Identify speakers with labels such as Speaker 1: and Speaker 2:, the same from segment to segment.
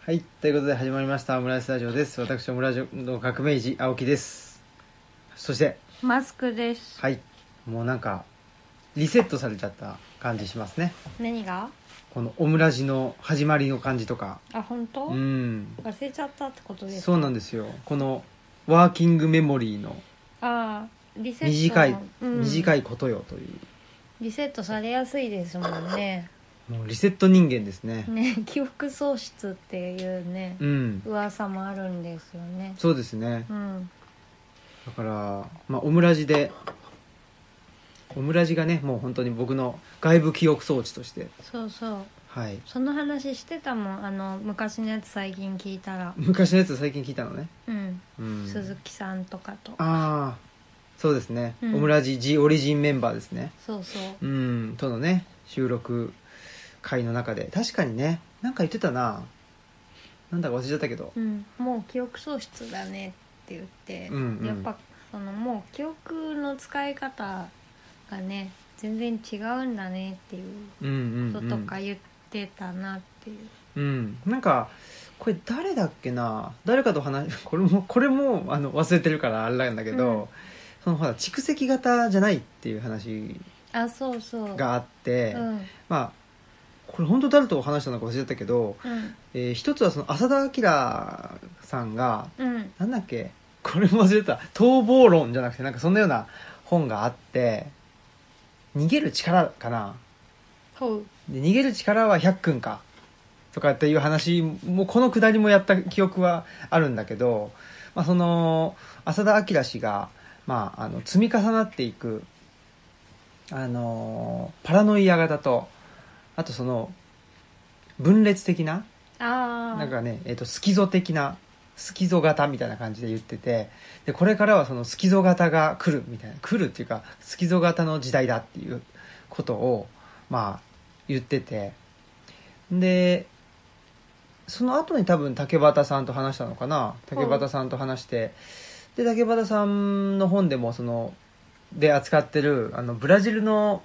Speaker 1: はい、ということで始まりましたオムライスラジオです。私オムラジオの革命児青木です。そして
Speaker 2: マスクです。
Speaker 1: はい、もうなんかリセットされちゃった感じしますね。
Speaker 2: 何が？
Speaker 1: このオムラジの始まりの感じとか、
Speaker 2: あ、本当？
Speaker 1: うん、
Speaker 2: 忘れちゃったってことですか。
Speaker 1: そうなんですよ。このワーキングメモリーの
Speaker 2: あー、リセット。
Speaker 1: 短い、
Speaker 2: うん、
Speaker 1: 短
Speaker 2: い。
Speaker 1: いことよとい
Speaker 2: リセットされやすいですもんね。
Speaker 1: う、もうリセット人間ですね。
Speaker 2: ね、記憶喪失っていうね、
Speaker 1: うん、
Speaker 2: 噂もあるんですよね。
Speaker 1: そうですね
Speaker 2: う。ん。
Speaker 1: だから、まあオムラジで。オムラジがねもう本当に僕の外部記憶装置として
Speaker 2: そうそう。
Speaker 1: はい
Speaker 2: その話してたもん。あの昔のやつ最近聞いたら、
Speaker 1: 昔のやつ最近聞いたのね、
Speaker 2: うん、
Speaker 1: うん、
Speaker 2: 鈴木さんとかと。
Speaker 1: ああそうですね、
Speaker 2: うん
Speaker 1: オムラジ G オリジンメンバーですね
Speaker 2: そうそ
Speaker 1: う
Speaker 2: う。
Speaker 1: んとのね収録会の中で確かにねなんか言ってたななんだか忘れちゃったけど
Speaker 2: うん、もう記憶喪失だねって言って、
Speaker 1: うんうん
Speaker 2: やっぱそのもう記憶の使い方がね全然違うんだねっていう
Speaker 1: うんうん
Speaker 2: こ
Speaker 1: う
Speaker 2: とと
Speaker 1: ん
Speaker 2: か言ってたなっていう、
Speaker 1: うんなんかこれ誰だっけな誰かと話 これもこれもあの忘れてるからあれなんだけど、
Speaker 2: うん
Speaker 1: そのほら蓄積型じゃないっていう話
Speaker 2: あそうそう
Speaker 1: があって、
Speaker 2: うん
Speaker 1: まあこれ本当誰と話したのか忘れちゃったけど、
Speaker 2: うん
Speaker 1: えー一つはその浅田明さんが
Speaker 2: うん
Speaker 1: なんだっけこれも忘れてた逃亡論じゃなくてなんかそんなような本があって逃げる力かな
Speaker 2: こう
Speaker 1: で逃げる力は100君かとかっていう話もこのくだりもやった記憶はあるんだけど、まあ、その浅田明氏が、まあ、あの積み重なっていくあのパラノイア型とあとその分裂的な
Speaker 2: ああ
Speaker 1: なんかね、えっとスキゾ的なスキゾ型みたいな感じで言っててでこれからはそのスキゾ型が来るみたいな来るっていうかスキゾ型の時代だっていうことをまあ言っててでその後に多分竹端さんと話したのかな竹端さんと話して、で竹端さんの本でもそので扱ってるあのブラジルの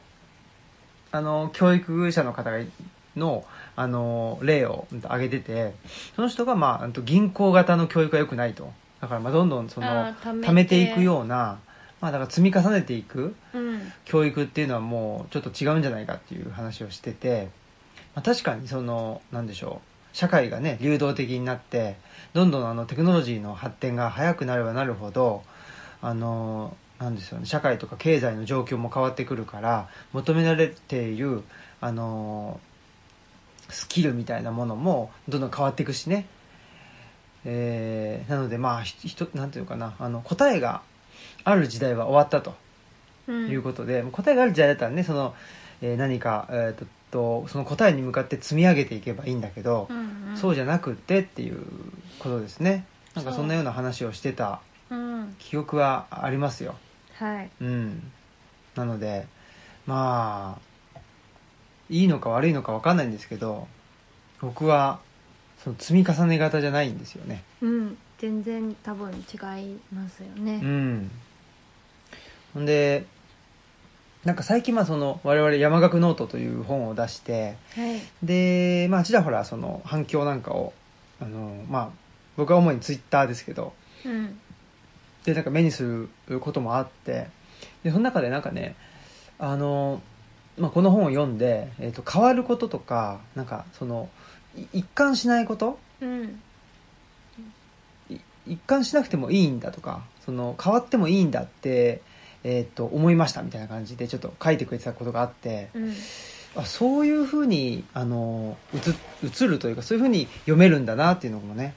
Speaker 1: あの教育者の方がいのあの例をうんと挙げててその人が、まあうんと、銀行型の教育が良くないとだからまあどんどんその
Speaker 2: あー貯め
Speaker 1: 貯めていくような、まあ、だから積み重ねていく
Speaker 2: うん
Speaker 1: 教育っていうのはもうちょっと違うんじゃないかっていう話をしてて、まあ、確かにそのなんでしょう社会がね流動的になってどんどんあのテクノロジーの発展が早くなればなるほどあのなんですよね社会とか経済の状況も変わってくるから求められているあのスキルみたいなものもどんどん変わっていくしね、えーなのでまあひひとなんていうかなあの答えがある時代は終わったと。
Speaker 2: うん
Speaker 1: いうことで、もう答えがある時代だったらねその、えー何か、えーっとその答えに向かって積み上げていけばいいんだけど、
Speaker 2: うんうん、
Speaker 1: そう
Speaker 2: じ
Speaker 1: じゃなくてっていうことですねなんか
Speaker 2: そう
Speaker 1: そんなような話をしてた
Speaker 2: ゃうん
Speaker 1: 記憶はありますよ
Speaker 2: はい
Speaker 1: うんなのでまあいいのか悪いのか分かんないんですけど僕はその積み重ね型じゃないんですよね
Speaker 2: うん全然多分違いますよね、
Speaker 1: うんほんでなんか最近まあその我々山岳ノートという本を出して
Speaker 2: はい
Speaker 1: でまあちらほらその反響なんかをあのまあ僕は主にツイッターですけど
Speaker 2: うん
Speaker 1: でなんか目にすることもあってでその中でなんかねあの、まあ、この本を読んで、えー、と変わることとかなんかそのい一貫しないこと
Speaker 2: うん
Speaker 1: い一貫しなくてもいいんだとかその変わってもいいんだって、えー、と思いましたみたいな感じでちょっと書いてくれてたことがあって
Speaker 2: うん
Speaker 1: あそういうふうにあの映映るというかそういうふうに読めるんだなっていうのもね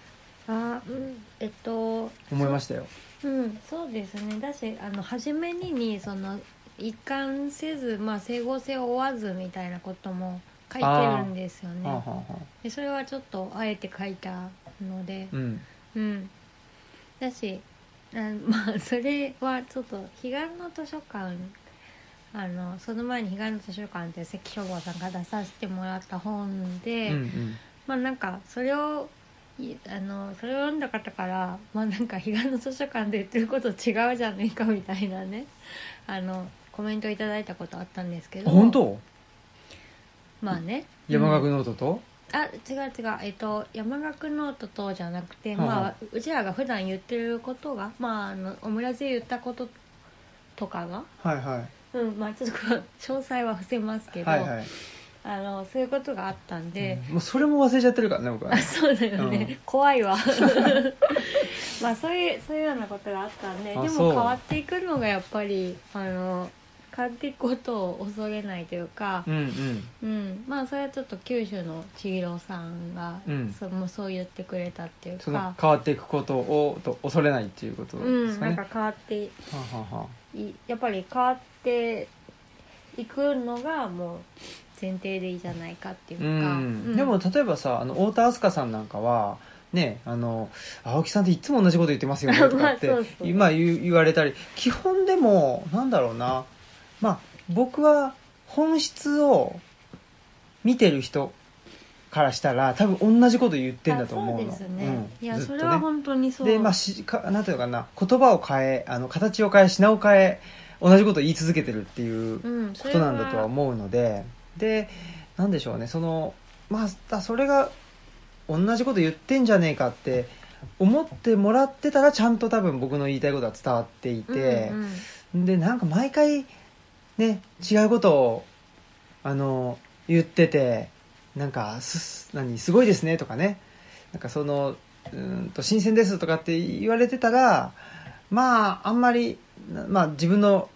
Speaker 2: あうんえっと
Speaker 1: 思いましたよ。
Speaker 2: うん、そうですねだしあの初めににその一貫せず、まあ、整合性を追わずみたいなことも書いてるんですよ
Speaker 1: はあは
Speaker 2: ね
Speaker 1: あはあ
Speaker 2: でそれはちょっとあえて書いたので
Speaker 1: うん
Speaker 2: うんだしあ まあそれはちょっと彼岸の図書館あのその前に彼岸の図書館って関消防さんが出させてもらった本
Speaker 1: うん
Speaker 2: で、
Speaker 1: うん
Speaker 2: まあなんかそれをいあのそれを読んだ方からまあなんか彼岸の図書館で言ってること違うじゃねえかみたいなねあのコメントいただいたことあったんですけど
Speaker 1: あ本当
Speaker 2: まあね
Speaker 1: 山
Speaker 2: う
Speaker 1: 岳
Speaker 2: ん
Speaker 1: ノートと、
Speaker 2: あ違う違うえっと山岳ノートとじゃなくて、
Speaker 1: はいはい
Speaker 2: まあうちらが普段言ってることがまああのオムラジで言ったこととかが
Speaker 1: はいはい
Speaker 2: うんまあちょっとこう詳細は伏せますけど、
Speaker 1: はいはい
Speaker 2: あのそういうことがあったんで、
Speaker 1: うんもうそれも忘れちゃってるからね僕は
Speaker 2: あ
Speaker 1: ね
Speaker 2: そうだよね、
Speaker 1: うん
Speaker 2: 怖い わ まあそういうそういうようなことがあったんでで
Speaker 1: あ
Speaker 2: も
Speaker 1: そう
Speaker 2: 変わっていくのがやっぱりあの変わっていくことを恐れないというか
Speaker 1: う、んうん
Speaker 2: うん、まあそれはちょっと九州の千尋さんが、
Speaker 1: うん
Speaker 2: そもうそう言ってくれたっていう
Speaker 1: その
Speaker 2: か、
Speaker 1: 変わっていくことをと恐れないっていうこと
Speaker 2: う
Speaker 1: です
Speaker 2: ん、
Speaker 1: か
Speaker 2: なん
Speaker 1: ね、
Speaker 2: か変わって
Speaker 1: はあはあはあ
Speaker 2: いやっぱり変わっていくのがもう前提でいいじゃないかっていう
Speaker 1: う
Speaker 2: か、うん
Speaker 1: んでも例えばさあの太田明日香さんなんかはねあの青木さんっていつも同じこと言ってますよねとかって
Speaker 2: まあそうそう
Speaker 1: 今言う言われたり基本でもなんだろうなまあ僕は本質を見てる人からしたら多分同じこと言ってんだと思うの
Speaker 2: あそうですね、
Speaker 1: うん
Speaker 2: いや
Speaker 1: ずっと
Speaker 2: そ
Speaker 1: ね
Speaker 2: れは本当にそう
Speaker 1: でまあしかなんていうのかな言葉を変えあの形を変え品を変え同じことを言い続けてるっていう
Speaker 2: うん、そ
Speaker 1: こ
Speaker 2: れ
Speaker 1: となんだとは思うのででなんでしょうねそのまあだそれが同じこと言ってんじゃねえかって思ってもらってたらちゃんと多分僕の言いたいことは伝わっていて
Speaker 2: うん、うん
Speaker 1: でなんか毎回ね違うことをあの言っててなんかすす何すごいですねとかねなんかそのうーんと新鮮ですとかって言われてたらまああんまり、なまあ、自分の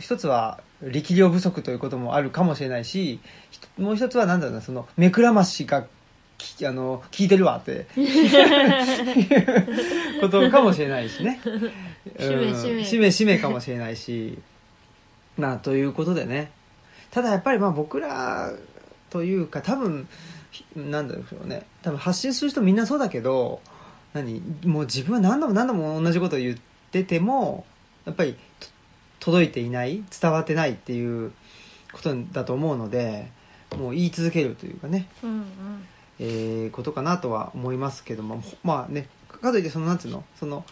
Speaker 1: 一つは力量不足ということもあるかもしれないしひともう一つはなんだろうなその目くらましがきあの聞いてるわって いうことかもしれないしね。
Speaker 2: しめしめ
Speaker 1: うんしめしめかもしれないし。なあということでねただやっぱりまあ僕らというか多分ひなんだろうね多分発信する人みんなそうだけど何もう自分は何度も何度も同じことを言っててもやっぱりと届いていない伝わってないっていうことだと思うのでもう言い続けるというかね、
Speaker 2: うんうん
Speaker 1: えーことかなとは思いますけどもほまあねかといってそのなんつうのその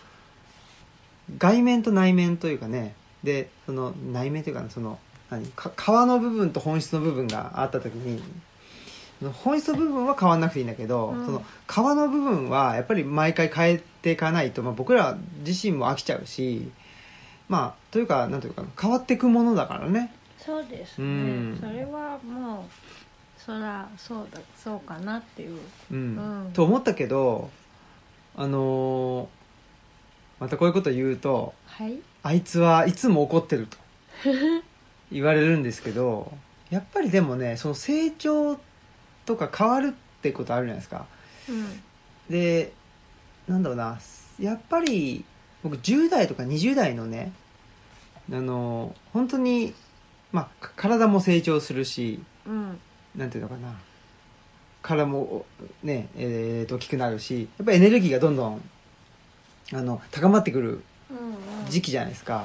Speaker 1: 外面と内面というかねでその内面というかなその何か皮の部分と本質の部分があった時にその本質の部分は変わんなくていいんだけど、
Speaker 2: うん
Speaker 1: その皮の部分はやっぱり毎回変えていかないと、まあ、僕ら自身も飽きちゃうしまあというかなんというかな変わっていくものだからね
Speaker 2: そうです
Speaker 1: う
Speaker 2: ね、
Speaker 1: ん
Speaker 2: それはもうそらそうだそうかなっていう
Speaker 1: うん
Speaker 2: うん
Speaker 1: と思ったけどあのーまたこういうこと言うと
Speaker 2: はい
Speaker 1: あいつはいつも怒ってる と言われるんですけどやっぱりでもねその成長とか変わるってことあるじゃないですか
Speaker 2: うん
Speaker 1: でなんだろうなやっぱり僕10代とか20代のねあの本当にまあか体も成長するし
Speaker 2: うん
Speaker 1: なんていうのかなからもねえー、と大きくなるしやっぱりエネルギーがどんどんあの高まってくる
Speaker 2: うんうん
Speaker 1: 時期じゃないですか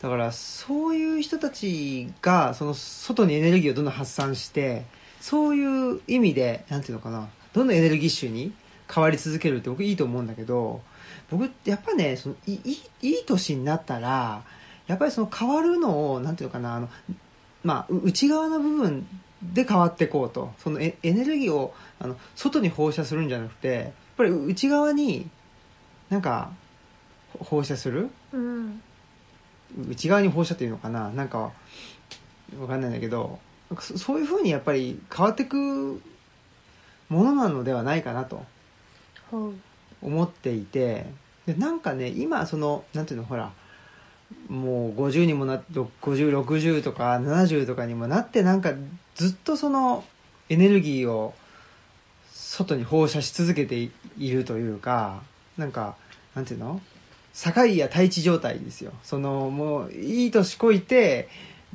Speaker 1: だからそういう人たちがその外にエネルギーをどんどん発散してそういう意味でなんていうのかなどんどんエネルギッシュに変わり続けるって僕いいと思うんだけど僕やっぱねそのいいいいい年になったらやっぱりその変わるのをなんていうのかなあの、まあ、う内側の部分で変わっていこうとそのエエネルギーをあの外に放射するんじゃなくてやっぱり内側になんか放射する
Speaker 2: うん
Speaker 1: 内側に放射っていうのかななんかわかんないんだけどなんかそそういうふうにやっぱり変わってくものなのではないかなと
Speaker 2: ほう
Speaker 1: 思っていてでなんかね今そのなんていうのほらもう50にもなって5060とか70とかにもなってなんかずっとそのエネルギーを外に放射し続けていいるというかなんかなんていうの境や対地状態ですよそのもういい年こいて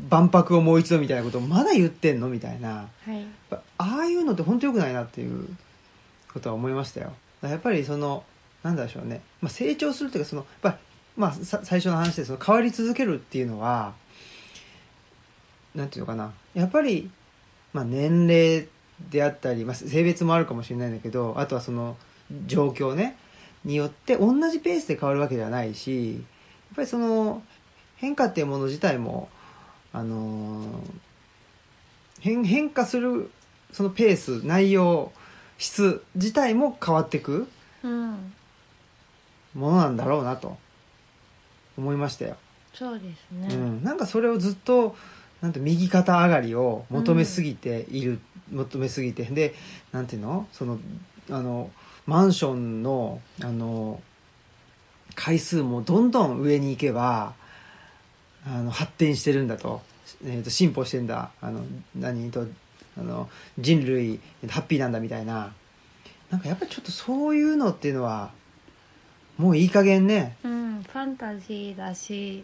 Speaker 1: 万博をもう一度みたいなことをまだ言ってんのみたいな
Speaker 2: はい
Speaker 1: やっぱああいうのって本当良くないなっていうことは思いましたよだからやっぱりそのなんだでしょうね、まあ、成長するというかそのやっぱ、まあ、さ最初の話でその変わり続けるっていうのはなんていうのかなやっぱり、まあ、年齢であったり、まあ、性別もあるかもしれないんだけどあとはその状況ねによって同じペースで変わるわけではないしやっぱりその変化っていうもの自体もあのー変変化するそのペース内容質自体も変わってく
Speaker 2: うん
Speaker 1: ものなんだろうなと思いましたよ、
Speaker 2: そうです
Speaker 1: う
Speaker 2: ね
Speaker 1: ん、なんかそれをずっとなんて右肩上がりを求めすぎている、求めすぎてでなんていうのそのあのマンションのあの回数もどんどん上に行けばあの発展してるんだと,、えーと進歩してんだあの何とあの人類ハッピーなんだみたいななんかやっぱりちょっとそういうのっていうのはもういい加減ね
Speaker 2: うん、ファンタジーだし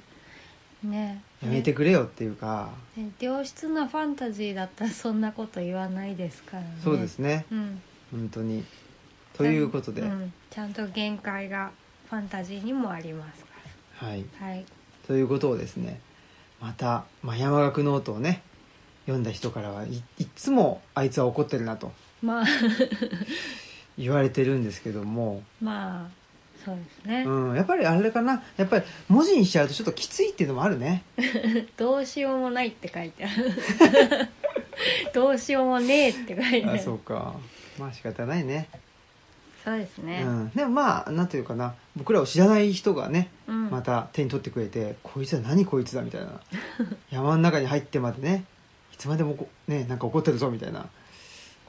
Speaker 2: ね
Speaker 1: やめてくれよっていうか、
Speaker 2: ね良質なファンタジーだったらそんなこと言わないですからね
Speaker 1: そうですね
Speaker 2: うん
Speaker 1: 本当にということで、
Speaker 2: うんちゃんと限界がファンタジーにもありますか
Speaker 1: はい
Speaker 2: らはい
Speaker 1: ということをですねまた、まあ、山岳ノートをね読んだ人からはいいっつもあいつは怒ってるなと
Speaker 2: まあ
Speaker 1: 言われてるんですけども、
Speaker 2: まあそうですね、
Speaker 1: うん、やっぱりあれかなやっぱり文字にしちゃうとちょっときついっていうのもあるね
Speaker 2: どうしようもないって書いてある どうしようもねえって書いてあ
Speaker 1: あ
Speaker 2: る
Speaker 1: そうかまあ仕方ないね、
Speaker 2: そうですね
Speaker 1: うん、でもまあなんというかな僕らを知らない人がね
Speaker 2: うん
Speaker 1: また手に取ってくれて「こいつは何こいつだ」み たいな山の中に入ってまでねいつまでもこねなんか怒ってるぞみたいな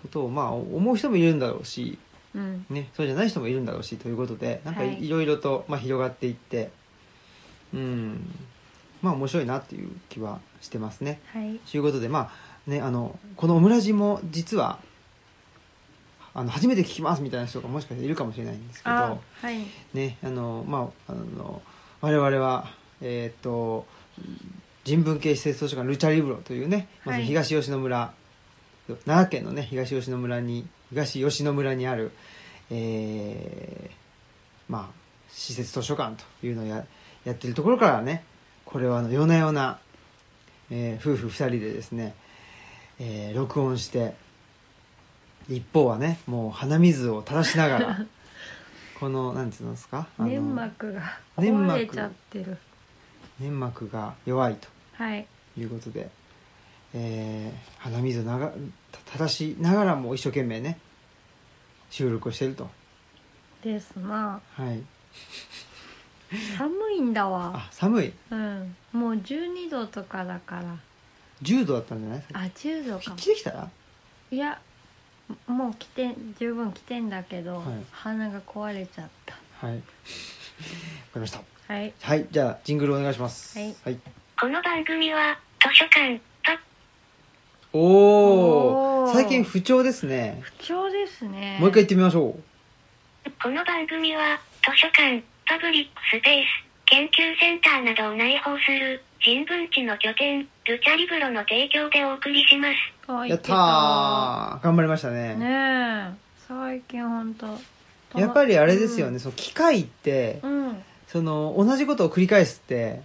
Speaker 1: ことをまあ思う人もいるんだろうし、
Speaker 2: うん
Speaker 1: ね、そうじゃない人もいるんだろうしということでなんか
Speaker 2: はい
Speaker 1: いいろいろと、まあ、広がっていってうんまあ面白いなっていう気はしてますね。
Speaker 2: はい
Speaker 1: ということでまあねあのこのオムラジも実はあの初めて聞きますみたいな人がもしかしているかもしれないんですけ
Speaker 2: あ
Speaker 1: ど。
Speaker 2: はい
Speaker 1: ねあのまああの我々はえーっと人文系施設図書館ルチャリブロというね、まあ
Speaker 2: はい
Speaker 1: 東吉野村奈良県のね東吉野村に東吉野村にある、えーまあ施設図書館というのをややってるところからねこれはあの夜な夜な、えー夫婦2人でですね、えー録音して一方はねもう鼻水を垂らしなが らこのなんていうんですかあの
Speaker 2: 粘膜が
Speaker 1: 粘膜
Speaker 2: 壊れちゃってる
Speaker 1: 粘膜が弱いと
Speaker 2: はい
Speaker 1: いうことで、えー鼻水をなが垂らしながらも一生懸命ね収録をしてると
Speaker 2: ですな
Speaker 1: はい
Speaker 2: 寒いんだわ
Speaker 1: あ寒い
Speaker 2: うんもう12度とかだから
Speaker 1: 10度だったんじゃない
Speaker 2: あ10度か
Speaker 1: 復
Speaker 2: も
Speaker 1: 帰できたら
Speaker 2: いやもう来て十分来てんだけど、
Speaker 1: はい
Speaker 2: 鼻が壊れちゃった
Speaker 1: はいわかりました
Speaker 2: はい
Speaker 1: はいじゃあジングルお願いします
Speaker 2: はい
Speaker 1: はい、
Speaker 3: この番組は図書館パ
Speaker 1: お
Speaker 2: お
Speaker 1: お
Speaker 2: ー
Speaker 1: 最近不調ですね
Speaker 2: 不調ですね
Speaker 1: もう一回言ってみましょう
Speaker 3: この番組は図書館パブリックスペース研究センターなどを内包する人文地の拠点ルチャリブロの提供でお送りします
Speaker 2: あ
Speaker 1: や
Speaker 2: 言
Speaker 1: ってたー頑張りましたね
Speaker 2: ねえ最近ほんと
Speaker 1: やっぱりあれですよね、その機械って
Speaker 2: うん、うん
Speaker 1: その同じことを繰り返すって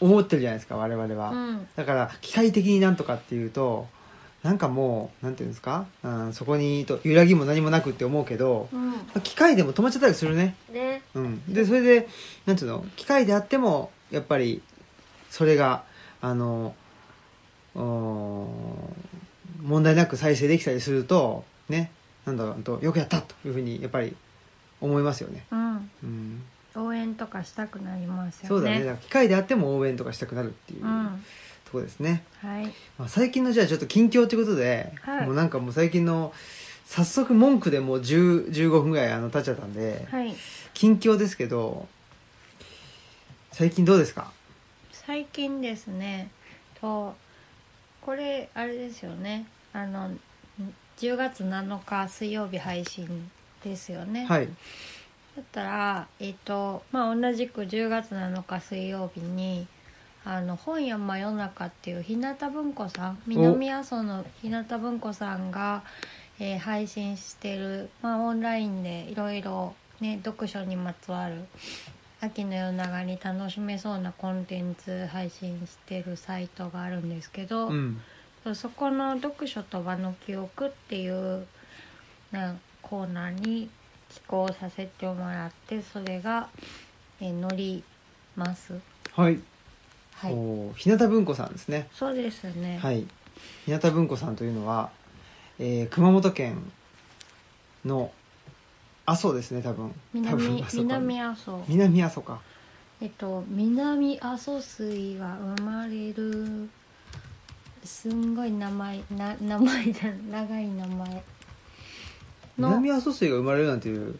Speaker 1: 思ってるじゃないですか我々は、
Speaker 2: うん
Speaker 1: だから機械的になんとかっていうとなんかもうなんていうんですか、うん、そこにと揺らぎも何もなくって思うけど
Speaker 2: うん
Speaker 1: 機械でも止まっちゃったりするね
Speaker 2: ね
Speaker 1: うん、でそれでなんていうの機械であってもやっぱりそれがあのうーん問題なく再生できたりするとねなんだろうほんとよくやったというふうにやっぱり思いますよね、
Speaker 2: うん
Speaker 1: うん、
Speaker 2: 応援とかしたくなりますよね
Speaker 1: そうだねだから機械であっても応援とかしたくなるっていう、
Speaker 2: うん
Speaker 1: とこですね、
Speaker 2: はい
Speaker 1: まあ、最近のじゃあちょっと近況ということで、
Speaker 2: はい
Speaker 1: もうなんかもう最近の早速文句でもう10 15分ぐらいあの経っちゃったんで、
Speaker 2: はい
Speaker 1: 近況ですけど最近どうですか
Speaker 2: 最近ですねとこれあれですよねあのん10月7日水曜日配信ですよね、
Speaker 1: はい
Speaker 2: だったらえっ、とまあ同じく10月7日水曜日にあの本屋真夜中っていう日向文庫さん南阿蘇の日向文庫さんが、えー配信してる、まあ、オンラインでいろいろ、ね、読書にまつわる秋の夜長に楽しめそうなコンテンツ配信してるサイトがあるんですけど、
Speaker 1: うん
Speaker 2: そこの「読書と場の記憶」っていうなコーナーに寄稿させてもらってそれが、えー載ります
Speaker 1: はい、
Speaker 2: はい
Speaker 1: おー日向文庫さんですね
Speaker 2: そうですね
Speaker 1: はい日向文庫さんというのはえー熊本県の阿蘇ですね多分多分
Speaker 2: 南
Speaker 1: 阿蘇か
Speaker 2: 南阿蘇
Speaker 1: 南阿蘇か
Speaker 2: えっと南阿蘇水は生まれるすんごい名前な名前だ長い名前のい
Speaker 1: 南阿蘇水が生まれるなんていう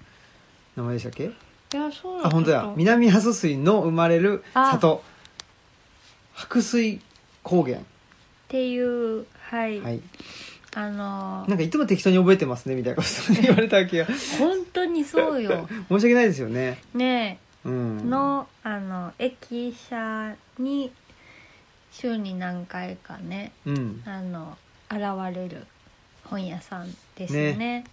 Speaker 1: 名前でしたっけ
Speaker 2: やそうだ
Speaker 1: あ本当
Speaker 2: ちょ
Speaker 1: だ
Speaker 2: っと
Speaker 1: 南阿蘇水の生まれる里白水高原
Speaker 2: っていうはい、
Speaker 1: はい
Speaker 2: あの
Speaker 1: なんかいつも適当に覚えてますねみたいなこと言われた気が申
Speaker 2: 本当にそうよ
Speaker 1: し訳ないですよね
Speaker 2: ね
Speaker 1: う
Speaker 2: え
Speaker 1: ん
Speaker 2: のあの駅舎に週に何回かね
Speaker 1: うん
Speaker 2: あの現れる本屋さんですね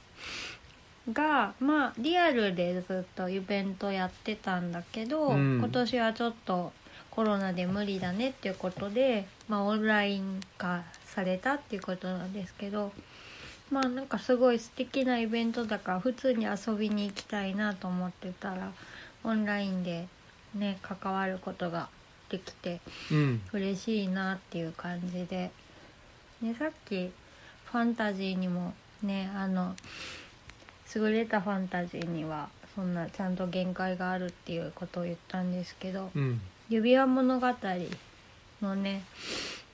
Speaker 2: がまあリアルでずっとイベントやってたんだけど、
Speaker 1: うん
Speaker 2: 今年はちょっとコロナで無理だねっていうことで、まあ、オンライン化されたっていうことなんですけどまあなんかすごい素敵なイベントだから普通に遊びに行きたいなと思ってたらオンラインでね関わることができて
Speaker 1: うん
Speaker 2: 嬉しいなっていう感じで、ね、さっきファンタジーにもねあの優れたファンタジーにはそんなちゃんと限界があるっていうことを言ったんですけど
Speaker 1: うん
Speaker 2: 「指輪物語」のね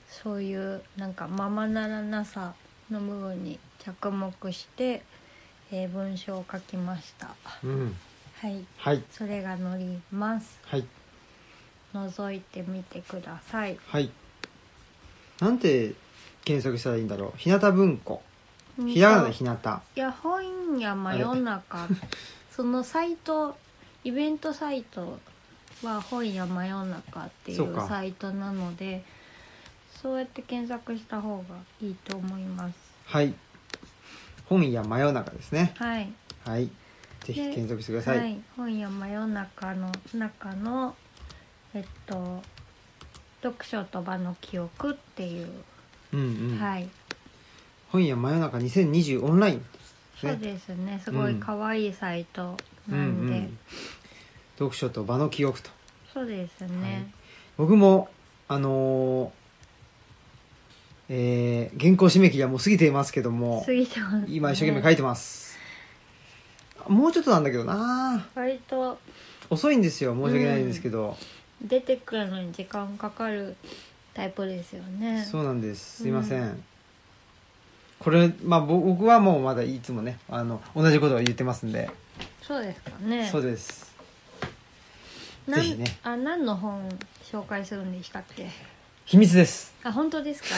Speaker 2: そういうなんかままならなさの部分に着目して、えー文章を書きました
Speaker 1: うん
Speaker 2: はい
Speaker 1: はい
Speaker 2: それが載ります
Speaker 1: はい
Speaker 2: 覗いてみてください
Speaker 1: はいなんて検索したらいいんだろう日向文庫ひらがなで日向
Speaker 2: いや本や真夜中そのサイトイベントサイトは本や真夜中ってい
Speaker 1: そう
Speaker 2: う
Speaker 1: か
Speaker 2: サイトなのでそうやって検索した方がいいと思います
Speaker 1: はい本や真夜中ですね
Speaker 2: はい、
Speaker 1: はいぜひ
Speaker 2: で
Speaker 1: 検索してくださ、
Speaker 2: はいい、本や真夜中の中のえっと読書と場の記憶っていう、
Speaker 1: うんうん、
Speaker 2: はい
Speaker 1: 本や真夜中2020オンラインです
Speaker 2: そ
Speaker 1: ね
Speaker 2: うですねすごい可愛いサイト
Speaker 1: う
Speaker 2: なんんで、
Speaker 1: うん、読書と場の記憶と
Speaker 2: そうですね、
Speaker 1: 僕もあのーえー、原稿締め切りはもう過ぎていますけども
Speaker 2: 過ぎてます、ね、
Speaker 1: 今一生懸命書いてます、もうちょっとなんだけどな
Speaker 2: 割と
Speaker 1: 遅いんですよ申し訳ないんですけど、
Speaker 2: 出てくるのに時間かかるタイプですよね
Speaker 1: そうなんですすいません、これまあぼ僕はもうまだいつもねあの同じことを言ってますんで、
Speaker 2: そうですかね
Speaker 1: そうです
Speaker 2: なん
Speaker 1: ぜひね
Speaker 2: あ何の本紹介するんでしたっけ
Speaker 1: 秘密です
Speaker 2: あ本 当ですか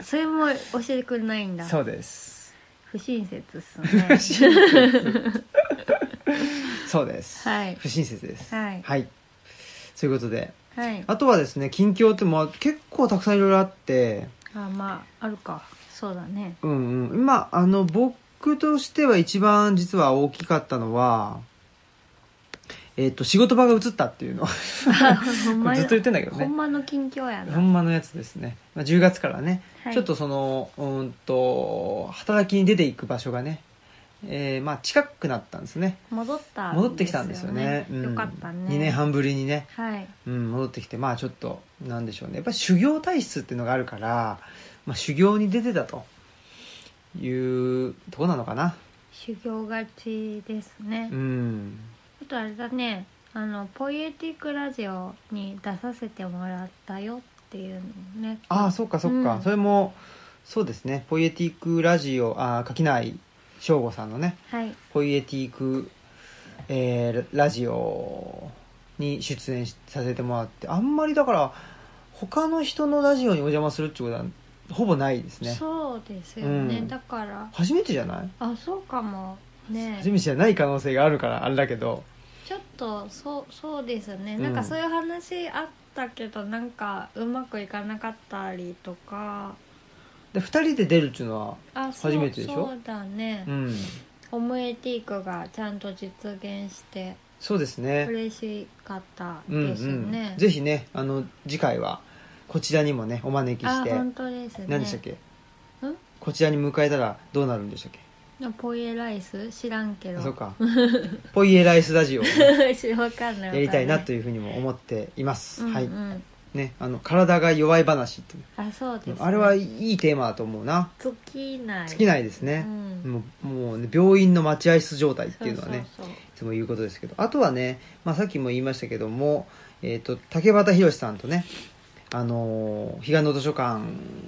Speaker 2: それも教えてくれないんだ
Speaker 1: そうです
Speaker 2: 不親切っすね
Speaker 1: そうです、
Speaker 2: はい
Speaker 1: 不親切です
Speaker 2: はい
Speaker 1: はい、ということで
Speaker 2: はい
Speaker 1: あとはですね近況ってまあ結構たくさんいろいろあって
Speaker 2: あまああるかそうだ ね
Speaker 1: うんうん今あの僕としては一番実は大きかったのはえっ、と仕事場が移ったっていうの
Speaker 2: あほんま
Speaker 1: ずっと言ってんだけど
Speaker 2: ほ
Speaker 1: ね
Speaker 2: んまの近況やな
Speaker 1: ほんまのやつですね、まあ、10月からね、
Speaker 2: はい
Speaker 1: ちょっとそのうーんと働きに出ていく場所がねえーまあ近くなったんですね
Speaker 2: 戻った
Speaker 1: 戻ってきたんですよね
Speaker 2: ですよ
Speaker 1: うん
Speaker 2: よかったね
Speaker 1: 2年半ぶりにね
Speaker 2: はい
Speaker 1: うん、戻ってきてまあちょっとなんでしょうねやっぱり修行体質っていうのがあるから、まあ、修行に出てたというとこなのかな
Speaker 2: 修行がちですね、
Speaker 1: うん
Speaker 2: あとあれだねあのポエティックラジオに出させてもらったよっていうのね
Speaker 1: ああそっかそっか、
Speaker 2: うん
Speaker 1: それもそうですねポイエティックラジオあー垣内翔吾さんのね
Speaker 2: はい
Speaker 1: ポイエティック、えーラジオに出演させてもらってあんまりだから他の人のラジオにお邪魔するってことはほぼないですね
Speaker 2: そうですよね、
Speaker 1: うん
Speaker 2: だから
Speaker 1: 初めてじゃない
Speaker 2: あそうかもね
Speaker 1: 初めてじゃない可能性があるからあれだけど
Speaker 2: ちょっとそうそうですね
Speaker 1: うん
Speaker 2: なんかそういう話あったけど、なんかうまくいかなかったりとか
Speaker 1: で2人で出るっていうのは
Speaker 2: あそう
Speaker 1: 初めてでしょ
Speaker 2: そうだね
Speaker 1: う、ん
Speaker 2: ホムエティックがちゃんと実現して
Speaker 1: そうですね
Speaker 2: 嬉しかった
Speaker 1: うん
Speaker 2: ですね、
Speaker 1: うんぜひねあの次回はこちらにもねお招き
Speaker 2: あ
Speaker 1: して
Speaker 2: 本当ですね
Speaker 1: 何でしたっけ
Speaker 2: ん
Speaker 1: こちらに迎えたらどうなるんでしたっけ
Speaker 2: のポイエライス知らんけど
Speaker 1: あそうかポイエライスラジオをね
Speaker 2: 知らんわかんない
Speaker 1: やりたいなと
Speaker 2: い
Speaker 1: いうふうにも思っています、はい
Speaker 2: うん
Speaker 1: ね、あの体が弱い話っていう
Speaker 2: あそうです、ね、
Speaker 1: あれはいいテーマだと思うな
Speaker 2: 尽きない
Speaker 1: 尽きないですね、
Speaker 2: うん
Speaker 1: もうもうね病院の待合室状態っていうのはね
Speaker 2: そうそう
Speaker 1: いつも言うことですけどあとはね、まあ、さっきも言いましたけども、えー、と竹俣宏さんとねあのー彼岸の図書館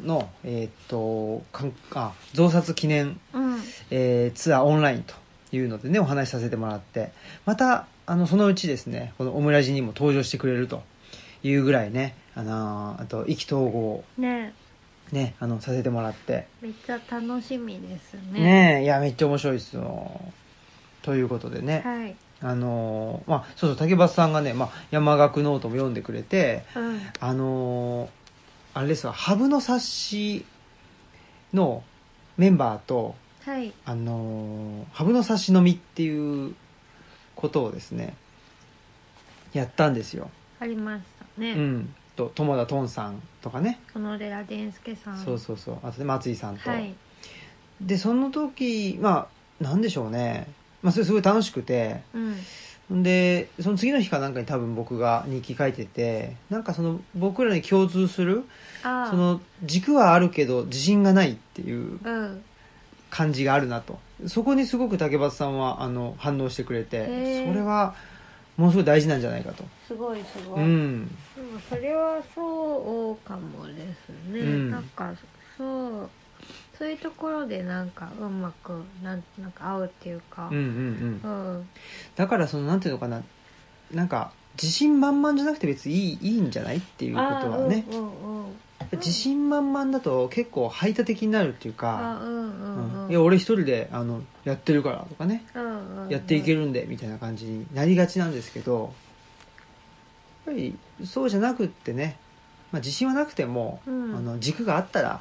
Speaker 1: の、えー、とかんあ増刷記念、
Speaker 2: そううん
Speaker 1: えーツアーオンラインというのでねお話しさせてもらってまたあのそのうちですねこのオムラジにも登場してくれるというぐらいね、あのーあと意気投合、
Speaker 2: ね
Speaker 1: ね、あのさせてもらって。
Speaker 2: めっちゃ楽しみですね
Speaker 1: ねえいやめっちゃ面白いですよということでね、
Speaker 2: はい、
Speaker 1: あのーまあそうそう竹橋さんがね、まあ、山岳ノートも読んでくれて
Speaker 2: うん、
Speaker 1: あのーあれですわハブの冊子のメンバーと、
Speaker 2: はい
Speaker 1: あのーハブの冊子飲みっていうことをですねやったんですよ、
Speaker 2: ありましたね、
Speaker 1: うん、と友田トンさんとかね、
Speaker 2: 小野寺伝助さん
Speaker 1: そうそうそうあとで松井さんと、
Speaker 2: はい
Speaker 1: でその時まあなんでしょうね、まあ、それすごい楽しくて
Speaker 2: うん
Speaker 1: でその次の日かなんかに多分僕が日記書いててなんかその僕らに共通する
Speaker 2: ああ
Speaker 1: その軸はあるけど自信がないっていう
Speaker 2: うん
Speaker 1: 感じがあるなとそこにすごく竹松さんはあの反応してくれて
Speaker 2: へー
Speaker 1: それはものすごい大事なんじゃないかと
Speaker 2: すごいすご
Speaker 1: う
Speaker 2: い、
Speaker 1: ん
Speaker 2: でもそれはそうかもですね、
Speaker 1: うん
Speaker 2: なんかそうそういうところでなんかうまくなんなんか合うっていうか
Speaker 1: うんうんうん
Speaker 2: うん
Speaker 1: だからそのなんていうのかななんか自信満々じゃなくて別にいいいいんじゃないっていうこと
Speaker 2: あ
Speaker 1: はね
Speaker 2: うんうんうん
Speaker 1: 自信満々だと結構排他的になるっていう
Speaker 2: あ
Speaker 1: か「
Speaker 2: うんうんうん
Speaker 1: うんいや俺一人であのやってるから」とかね
Speaker 2: うんうんうん
Speaker 1: やっていけるんでみたいな感じになりがちなんですけどやっぱりそうじゃなくってね、まあ、自信はなくても、
Speaker 2: うん
Speaker 1: あの軸があったら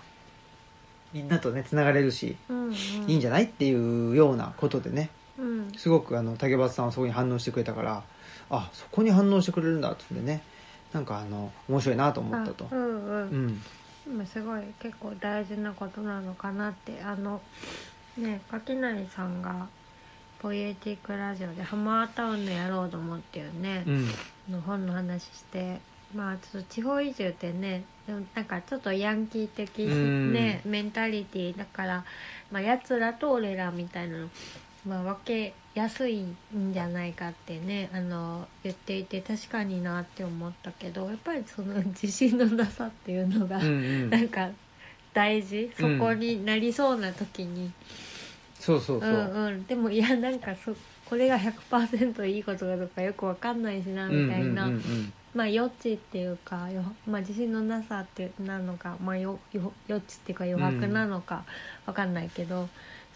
Speaker 1: みんなとねつながれるし、
Speaker 2: うんうん
Speaker 1: いいんじゃないっていうようなことでね
Speaker 2: うん
Speaker 1: すごくあの竹松さんはそこに反応してくれたからあそこに反応してくれるんだっつってねなんかあの面白いなと思ったと
Speaker 2: あう。んうん
Speaker 1: うん
Speaker 2: でもすごい結構大事なことなのかなってあのね垣内さんが「ポイエティックラジオ」で「ハマータウンの野郎ども」っていうね、
Speaker 1: うん
Speaker 2: の本の話してまあちょっと地方移住ってねでもなんかちょっとヤンキー的、
Speaker 1: うん
Speaker 2: ね、メンタリティだから、まあ、やつらと俺らみたいなの、まあ、分けやすいんじゃないかってねあの言っていて確かになって思ったけどやっぱりその自信のなさっていうのが、
Speaker 1: うんうん
Speaker 2: なんか大事そ
Speaker 1: うん
Speaker 2: こになりそうな時に、
Speaker 1: そうそう
Speaker 2: う
Speaker 1: そ
Speaker 2: ん、
Speaker 1: う、
Speaker 2: うんでもいやなんかそこれが100%いいことかどうかよく分かんないしなみたいな。
Speaker 1: うんうんうん
Speaker 2: まあ余地っていうかよ、まあ、自信のなさってなのか、まあ、よよ余地っていうか余白なのかわかんないけど、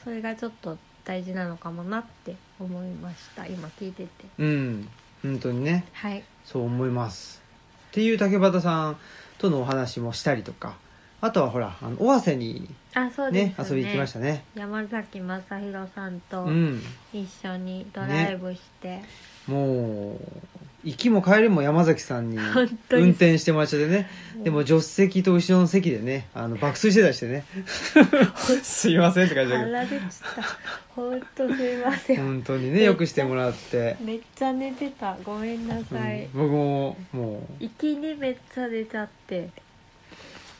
Speaker 2: それがちょっと大事なのかもなって思いました今聞いてて
Speaker 1: うん、うん、本当にね
Speaker 2: はい
Speaker 1: そう思いますっていう竹俣さんとのお話もしたりとかあとはほらあの尾鷲に
Speaker 2: あそう
Speaker 1: ね
Speaker 2: です
Speaker 1: 遊
Speaker 2: ね
Speaker 1: びに来ましたね
Speaker 2: 山崎正弘さんと
Speaker 1: うん
Speaker 2: 一緒にドライブして、
Speaker 1: もう行きも帰りも山崎さんに
Speaker 2: 本当に
Speaker 1: 運転してもらっちゃってね
Speaker 2: うん
Speaker 1: でも助手席と後ろの席でねあの爆睡してたりして ねすいませんって感じだけど
Speaker 2: 腹出ちゃった本当すいません、
Speaker 1: 本当にねよくしてもらって、
Speaker 2: めっちゃ寝てたごめんな
Speaker 1: うん
Speaker 2: さい、
Speaker 1: 僕ももうい
Speaker 2: 行きにめっちゃ出ちゃって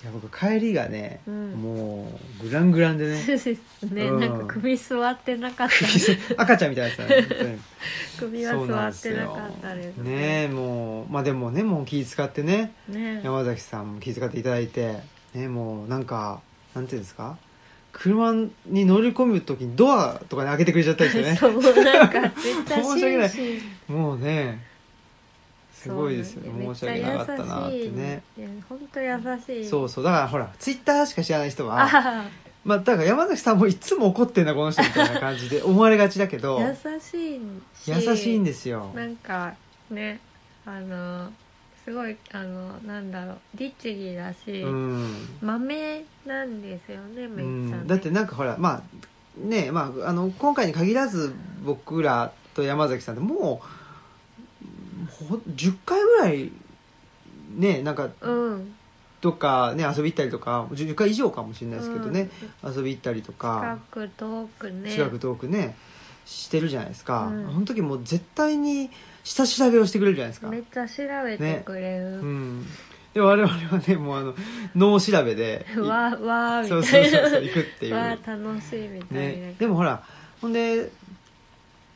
Speaker 1: や僕帰りがね、
Speaker 2: うん
Speaker 1: もうグラングランでね
Speaker 2: そうですね、
Speaker 1: うん
Speaker 2: なんか首座ってなかった
Speaker 1: 赤ちゃんみたいなやつだね本当に
Speaker 2: 首は座ってなかったです
Speaker 1: ねえもうまあでもねもう気使ってね
Speaker 2: ね
Speaker 1: 山崎さんも気遣っていただいてねもうなんかなんていうんですか車に乗り込む時にドアとかに開けてくれちゃったりしてね
Speaker 2: そうなんか絶対
Speaker 1: 申し訳ない
Speaker 2: 心身
Speaker 1: もうねすごいですよ
Speaker 2: そうなん
Speaker 1: ね申し訳なかったなってね
Speaker 2: めっちゃ優しいね本当優しい
Speaker 1: そうそうだからほらツイッターしか知らない人は
Speaker 2: あ
Speaker 1: まあだから山崎さんもいつも怒ってんなこの人みたいな感じで思われがちだけど
Speaker 2: 優しいし
Speaker 1: 優しいんですよ
Speaker 2: なんかねあのすごいあのなんだろう律儀だし、
Speaker 1: うん
Speaker 2: 豆なんですよねめっちゃね、
Speaker 1: うん、だってなんかほらまあねまああの今回に限らず僕らと山崎さんってもうほ10回ぐらいねなんか
Speaker 2: うん
Speaker 1: どっかね遊び行ったりとか 10, 回以上かもしれないですけどね、遊び行ったりと
Speaker 2: うん近
Speaker 1: か
Speaker 2: く遠くね
Speaker 1: 近く遠くねしてるじゃないですか、
Speaker 2: うん
Speaker 1: その時もう絶対に下調べをしてくれるじゃないですか
Speaker 2: めっちゃ調べてくれる、
Speaker 1: うん、で我々はねもうあの脳調べでい
Speaker 2: わーわーみ
Speaker 1: そ
Speaker 2: たい
Speaker 1: う
Speaker 2: な
Speaker 1: そうそうそう行くっていう
Speaker 2: わー楽しいみたいな、
Speaker 1: ね、でもほらほんで、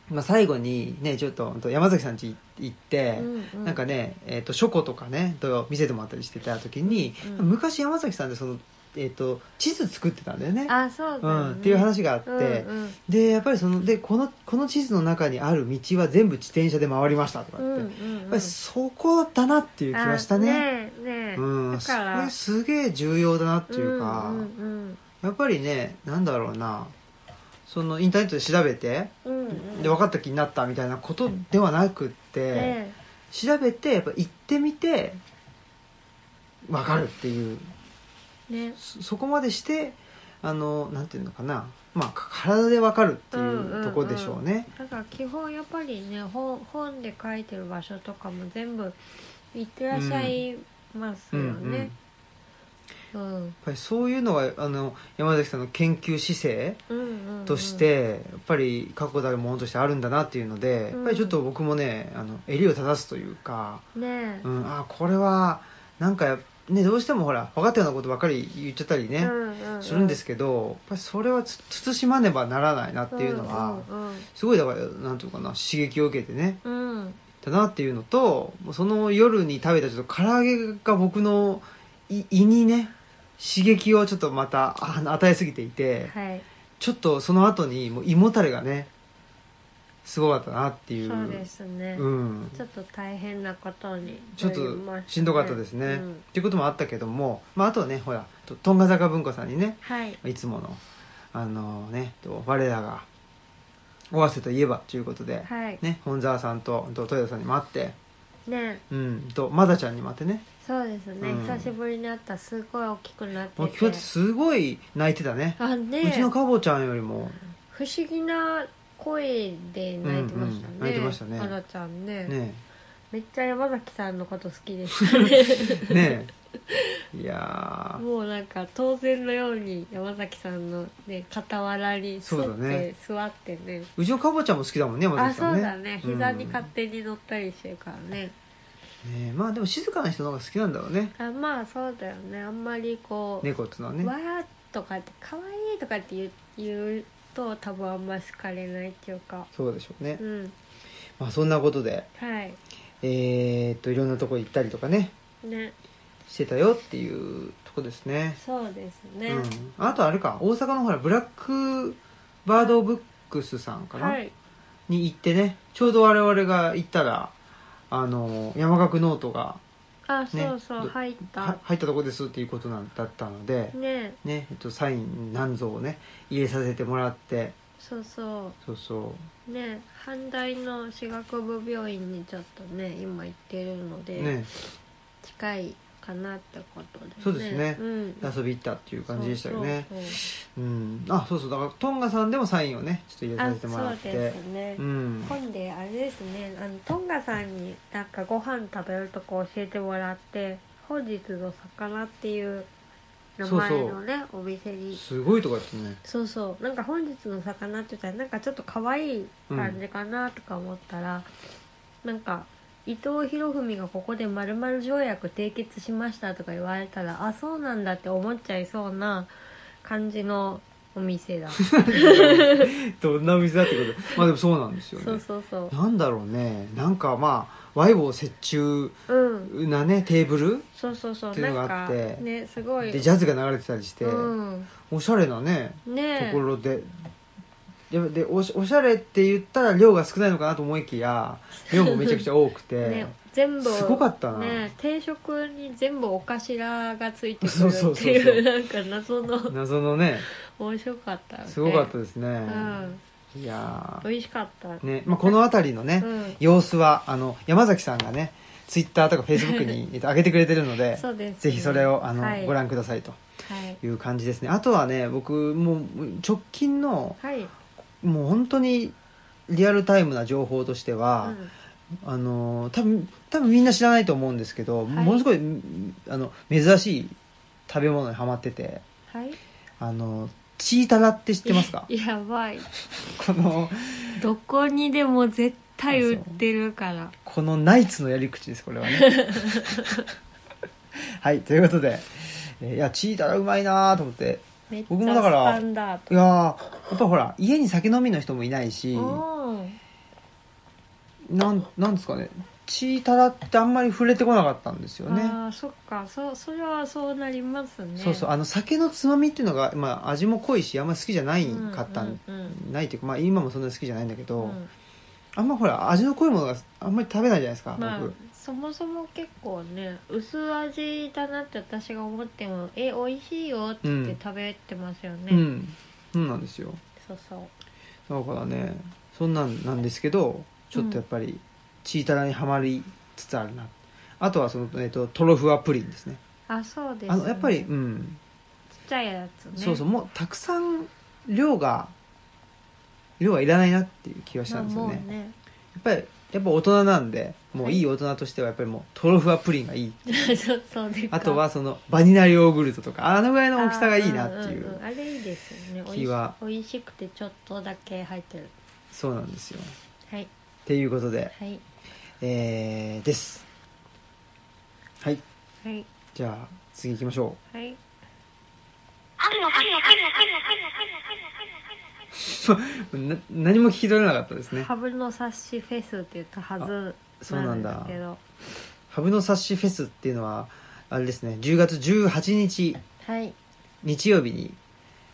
Speaker 1: まあ、最後にねちょっとほんと山崎さん家行って、
Speaker 2: うんうん
Speaker 1: なんかね、えー、と書庫とかねと店でもあったりしてた時に、
Speaker 2: うん
Speaker 1: 昔山崎さんでその、えー、と地図作ってたんだよね
Speaker 2: あそうだ、ね
Speaker 1: うん、っていう話があって、
Speaker 2: うんうん
Speaker 1: でやっぱりそのでこのこの地図の中にある道は全部自転車で回りましたとか
Speaker 2: う
Speaker 1: 言っ
Speaker 2: ん
Speaker 1: て、
Speaker 2: うん
Speaker 1: や
Speaker 2: うん
Speaker 1: っぱりそこだなっていう気はしたね。
Speaker 2: あねえねえ
Speaker 1: うん、
Speaker 2: だ
Speaker 1: そ
Speaker 2: から
Speaker 1: れすげえ重要だなっていうか、
Speaker 2: うんうん
Speaker 1: やっぱりねなんだろうなそのインターネットで調べて
Speaker 2: うんうん
Speaker 1: で分かった気になったみたいなことではなくって、
Speaker 2: ね
Speaker 1: 調べてやっぱ行ってみて分かるっていう
Speaker 2: えね
Speaker 1: そそこまでしてあのなんていうのかな、まあ、か体で分かるって
Speaker 2: ん
Speaker 1: いうとこでしょうね。
Speaker 2: だから基本やっぱりね本本で書いてる場所とかも全部行ってらっしゃいます
Speaker 1: う
Speaker 2: よ
Speaker 1: んうんやっ
Speaker 2: ねうん
Speaker 1: ぱりそういうのがあの山崎さんの研究姿勢
Speaker 2: うんうん
Speaker 1: としてやっぱり確固たるものとしてあるんだなっていうのでやっぱりちょっと僕もねあの襟を正すというか、
Speaker 2: ねえ
Speaker 1: うん、あこれはなんかやっねどうしてもほら分かったようなことばっかり言っちゃったりね、
Speaker 2: うんうん
Speaker 1: するんですけどやっぱりそれはつ慎まねばならないなっていうのは、
Speaker 2: うん
Speaker 1: すごいだからなんていうのかな刺激を受けてね
Speaker 2: うんうん
Speaker 1: だなっていうのとその夜に食べたちょっと唐揚げが僕の胃胃にね刺激をちょっとまたあの与えすぎていて、
Speaker 2: はい
Speaker 1: ちょっとその後にもう胃もたれがねすごかったなっていう
Speaker 2: そうですね
Speaker 1: うん、
Speaker 2: ちょっと大変なことに
Speaker 1: ちょっとしんどかったですね。
Speaker 2: う
Speaker 1: っ
Speaker 2: ん
Speaker 1: ていうこともあったけども、まあ、あとはねほらととんが坂文庫さんにね
Speaker 2: はい
Speaker 1: いつものあのねと我らが尾鷲といえばということで、
Speaker 2: はい
Speaker 1: ね、本沢さんとと豊田さんにも会って、
Speaker 2: ね
Speaker 1: うん、とまだちゃんにも会ってね
Speaker 2: そうですね、
Speaker 1: うん
Speaker 2: 久しぶりに会ったらすごい大きくなってて
Speaker 1: もう今日すごい泣いてたね
Speaker 2: あ
Speaker 1: う
Speaker 2: ね
Speaker 1: ちのかぼちゃんよりも
Speaker 2: 不思議な声で泣いてましたね、
Speaker 1: うんうん泣いてましたね
Speaker 2: あらちゃんね
Speaker 1: ね
Speaker 2: めっちゃ山崎さんのこと好き でしたね
Speaker 1: ねいや
Speaker 2: もうなんか当然のように山崎さんのね傍らに沿
Speaker 1: そうだ
Speaker 2: って、
Speaker 1: ね
Speaker 2: 座ってね
Speaker 1: ーうちのかぼちゃんも好きだもんね山
Speaker 2: あ
Speaker 1: 崎さん
Speaker 2: そう
Speaker 1: ね
Speaker 2: だね膝に勝
Speaker 1: ね
Speaker 2: 手に乗ったりしてるからね、
Speaker 1: えまあでも静かな人の方が好きなんだろうね
Speaker 2: あまあそうだよねあんまりこう、
Speaker 1: 猫っていうのはね
Speaker 2: わーっとかって可愛いとかって言う言うと多分あんま好かれないっていうか
Speaker 1: そうでしょうね、
Speaker 2: うん
Speaker 1: まあそんなことで
Speaker 2: はい
Speaker 1: えー、っといろんなとこ行ったりとかね
Speaker 2: ね
Speaker 1: してたよっていうとこですね
Speaker 2: そうですね、
Speaker 1: うん、あとあれか大阪のほらブラックバードブックスさんかな、
Speaker 2: はい
Speaker 1: に行ってねちょうど我々が行ったらあの山岳ノートが
Speaker 2: あ
Speaker 1: ね
Speaker 2: そうそう、
Speaker 1: ど
Speaker 2: 入った
Speaker 1: は入ったとこですっていうことなんだったので、
Speaker 2: ね
Speaker 1: ねえっと、サイン何ぞをね入れさせてもらって
Speaker 2: そうそ
Speaker 1: そうそう
Speaker 2: ね阪大の歯学部病院にちょっとね今行ってるの
Speaker 1: う
Speaker 2: で、
Speaker 1: ね
Speaker 2: 近いかなってことで、ね、
Speaker 1: そうですね
Speaker 2: うん、
Speaker 1: 遊び行ったっていう感じでしたよね
Speaker 2: そうそう
Speaker 1: うんあそうそうだからトンガさんでもサインをねちょっと入れさ
Speaker 2: あ
Speaker 1: せ
Speaker 2: そ
Speaker 1: てもらっ
Speaker 2: う
Speaker 1: て
Speaker 2: ですね、
Speaker 1: うん
Speaker 2: 今であれですねあのトンガさんになんかご飯食べるとこ教えてもらって本日の魚っていう名前のねお店に
Speaker 1: すごいとこやってね
Speaker 2: そうそうなんか本日の魚って言ったらなんかちょっと可愛い感じかなとか思ったら、なんか伊藤博文がここでまるまる条約締結しましたとか言われたらあそうなんだって思っちゃいそうな感じのお 店だそ
Speaker 1: どんなお店だってことまあでもそうなんですよね
Speaker 2: うそうそ
Speaker 1: なんだろうねなんかまあ和イボ折衷
Speaker 2: ううん
Speaker 1: なねテーブル
Speaker 2: そうそうそう
Speaker 1: っていうの
Speaker 2: なん
Speaker 1: があ
Speaker 2: か
Speaker 1: って
Speaker 2: ねすごい
Speaker 1: でジャズが流れてたりして、
Speaker 2: うん
Speaker 1: おしゃれなねと
Speaker 2: ねえ
Speaker 1: ころで。ででおしおしゃれって言ったら量が少ないのかなと思いきや量もめちゃくちゃ多くて、
Speaker 2: ね全部
Speaker 1: すごかったな
Speaker 2: ね定食に全部お頭がついてく
Speaker 1: そ
Speaker 2: る
Speaker 1: うそうそう
Speaker 2: って
Speaker 1: そう
Speaker 2: いうなんか謎の
Speaker 1: 謎のね
Speaker 2: 面白かった よね
Speaker 1: すごかったですね、
Speaker 2: うん
Speaker 1: いや
Speaker 2: 美味しかった
Speaker 1: ー、ねまあ、この辺りのね、
Speaker 2: うん
Speaker 1: 様子はあの山崎さんがねツイッターとかフェイスブックに えっと上げてくれてるので
Speaker 2: そうですね
Speaker 1: ぜひそれをあの、
Speaker 2: はい
Speaker 1: ご覧くださいと
Speaker 2: はい
Speaker 1: いう感じですねあとはね僕もう直近の
Speaker 2: はい
Speaker 1: もう本当にリアルタイムな情報としては、あの多分多分みんな知らないと思うんですけど、ものすごいんあの珍しい食べ物にハマってて
Speaker 2: はい
Speaker 1: あのチータラって知ってますか
Speaker 2: やばい
Speaker 1: この
Speaker 2: どこにでも絶対売ってるから
Speaker 1: このナイツのやり口ですこれはねはい、ということで、えーいや、チータラうまいなと思って。
Speaker 2: めっちゃ
Speaker 1: 僕もだから
Speaker 2: スタンダー
Speaker 1: いやーやっぱほら、家に酒飲みの人もいないし、
Speaker 2: ドうん
Speaker 1: なん、なんですかね、チータラってあんまり触れてこなかったんですよね。
Speaker 2: ああそっかそそれはそうなりますね
Speaker 1: そうそう、
Speaker 2: あ
Speaker 1: あの酒のつまみっていうのが、まあ味も濃いし、あんまり好きじゃないかったん、
Speaker 2: うんうん
Speaker 1: ないっていうか、まあ今もそんなに好きじゃないんだけ
Speaker 2: う
Speaker 1: ど、
Speaker 2: んうん
Speaker 1: あんまほら、味の濃いものがあんまり食べないじゃないですか、
Speaker 2: まあ
Speaker 1: 僕。
Speaker 2: そもそも結構ね薄味だなって私が思っても「え美味しいよ」って言って食べてますよね、
Speaker 1: うん。そうなんですよ。
Speaker 2: そうそう
Speaker 1: だからね、そんなんなんですけど、ちょっとやっぱり、チータラにはまりつつあるな。あとはその、えっと、トロフワプリンですね。
Speaker 2: あそうです、ね、
Speaker 1: あの、やっぱり、うん。
Speaker 2: ちっちゃいやつね
Speaker 1: そうそう、
Speaker 2: ま
Speaker 1: もうたくさん量が、量はいらないなっていう気が
Speaker 2: あ
Speaker 1: したんですよ
Speaker 2: もう
Speaker 1: ね。
Speaker 2: ね
Speaker 1: やっぱり、やっぱ大人なんで、もういい大人としてはやっぱりもうトロフワプリンがいい。
Speaker 2: そうそうでか
Speaker 1: あとはそのバニラヨーグルトとか、あのぐらいの大きさがいいなってい
Speaker 2: あ,んんん、
Speaker 1: う。
Speaker 2: あれいいですよね
Speaker 1: 気は
Speaker 2: おいし美味しくてちょっとだけ入ってる
Speaker 1: そうなんですよ。
Speaker 2: はい
Speaker 1: っていうことで、
Speaker 2: はい
Speaker 1: えー、です。はい。
Speaker 2: はい
Speaker 1: じゃあ、次行きましょ
Speaker 2: はい
Speaker 3: 春の春の春の春の春の
Speaker 1: う。な何も聞き取れなかったですね。
Speaker 2: ハブの冊子フェスって言ったはず
Speaker 1: そうなんだ
Speaker 2: ですけど
Speaker 1: ハブの冊子フェスっていうのは、あれですね、10月18日、
Speaker 2: はい
Speaker 1: 日曜日に、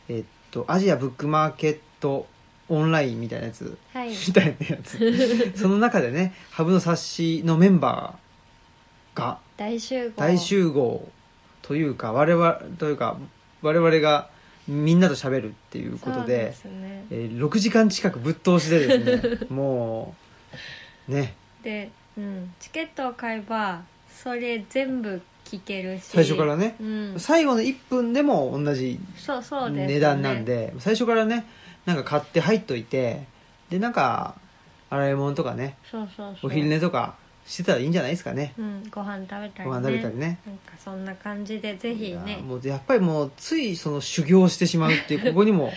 Speaker 1: えっと、アジアブックマーケットオンラインみたいなやつ、
Speaker 2: はい
Speaker 1: みたいなやつ。その中でね、ハブの冊子のメンバーが
Speaker 2: 大集合
Speaker 1: 大集合というか、我々、というか、我々がみんなと喋るっていうこと
Speaker 2: そう
Speaker 1: で
Speaker 2: で、すね
Speaker 1: えー6時間近くぶっ通しでですねもうね
Speaker 2: で、うん、チケットを買えばそれ全部聞けるし
Speaker 1: 最初からね
Speaker 2: うん
Speaker 1: 最後の1分でも同じ
Speaker 2: そうそうです、ね、
Speaker 1: 値段なんで最初からねなんか買って入っといてでなんか洗い物とかね
Speaker 2: そうそうそう
Speaker 1: お昼寝とかしてたらいいんじゃないですかね
Speaker 2: うん、ご飯食べたり、ね、
Speaker 1: ご飯食べたりね
Speaker 2: なんかそんな感じでぜひ
Speaker 1: いや
Speaker 2: ね
Speaker 1: もうやっぱりもうついその修行してしまうっていうここにも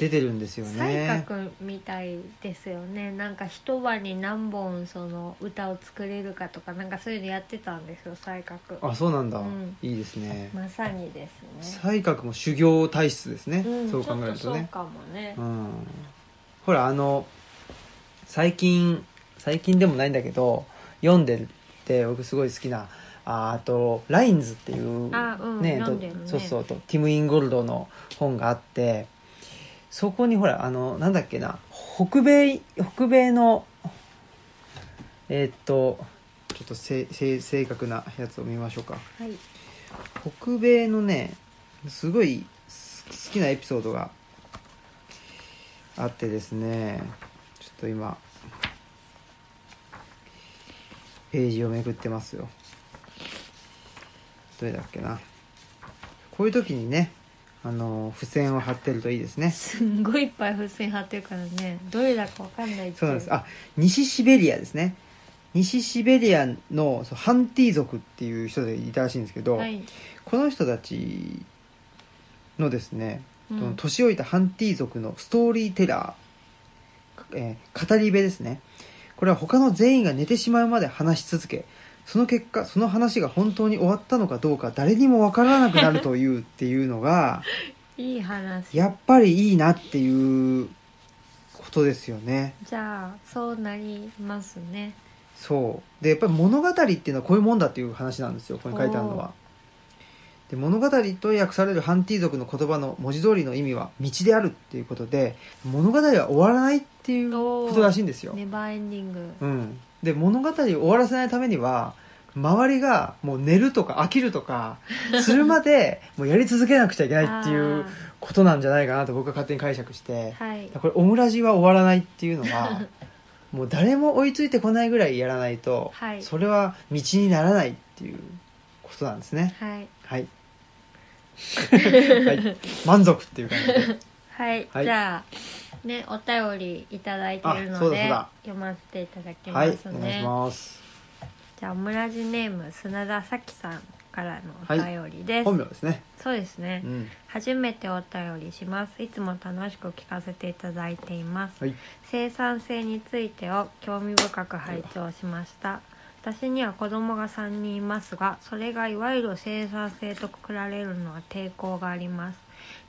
Speaker 1: 出てるんですよ
Speaker 2: 才
Speaker 1: ね
Speaker 2: 覚みたいですよねなんか一晩に何本その歌を作れるかとかなんかそういうのやってたんですよ才覚
Speaker 1: あそうなんだ、
Speaker 2: うん
Speaker 1: いいですね
Speaker 2: まさにですね
Speaker 1: 才覚も修行体質ですね、
Speaker 2: ん
Speaker 1: そう考えるとね
Speaker 2: ちょっそうかもね
Speaker 1: うんほらあの最近最近でもないんだけど読んでて僕すごい好きなああと「ラインズっていう、
Speaker 2: あうん
Speaker 1: と
Speaker 2: 読んでるね
Speaker 1: そうそうとティム・インゴルドの本があってそこにほらあのなんだっけな北米北米のえーっとちょっとせせ正確なやつを見ましょうか
Speaker 2: はい
Speaker 1: 北米のねすごいす好きなエピソードがあってですねちょっと今ページをめくってますよどれだっけなこういう時にねあの付箋を貼ってるといいですね
Speaker 2: すんごいいっぱい風船貼ってるからねどれだかわかんないってい
Speaker 1: そうなんですあ西シベリアですね西シベリアのそうハンティ族っていう人でいたらしいんですけど、
Speaker 2: はい
Speaker 1: この人たちのですね、
Speaker 2: うん
Speaker 1: その年老いたハンティ族のストーリーテラー、えー語り部ですねこれは他の全員が寝てしまうまで話し続けその結果その話が本当に終わったのかどうか誰にもわからなくなるというっていうのが
Speaker 2: いい話
Speaker 1: やっぱりいいなっていうことですよね
Speaker 2: じゃあそうなりますね
Speaker 1: そうでやっぱり物語っていうのはこういうもんだっていう話なんですよここに書いてあるのはで物語と訳されるハンティ族の言葉の文字通りの意味は道であるっていうことで物語は終わらないっていうことらしいんですよ、
Speaker 2: ネバーエンディング
Speaker 1: うん、で物語を終わらせないためには周りがもう寝るとか飽きるとかするまでもうやり続けなくちゃいけないっていうことなんじゃないかなと僕は勝手に解釈して、
Speaker 2: あーはい
Speaker 1: これオムラジは終わらないっていうの はもう誰も追いついてこないぐらいやらないと、
Speaker 2: はい
Speaker 1: それは道にならないっていうことなんですね
Speaker 2: はい
Speaker 1: はい はい満足っていう感じで
Speaker 2: はい、
Speaker 1: はい
Speaker 2: じゃあねお便りいただいている
Speaker 1: あそうだそう
Speaker 2: ので
Speaker 1: だ
Speaker 2: 読ませていただきま
Speaker 1: はい
Speaker 2: す
Speaker 1: お
Speaker 2: ね、
Speaker 1: 願いします
Speaker 2: じゃあオムラジネーム砂田咲さんからのお便りです、
Speaker 1: 本名ですね
Speaker 2: そうですね、
Speaker 1: うん
Speaker 2: 初めてお便りしますいつも楽しく聞かせていただいています
Speaker 1: はい
Speaker 2: 生産性についてを興味深く拝聴しました私には子供が3人いますがそれがいわゆる生産性とくくられるのは抵抗があります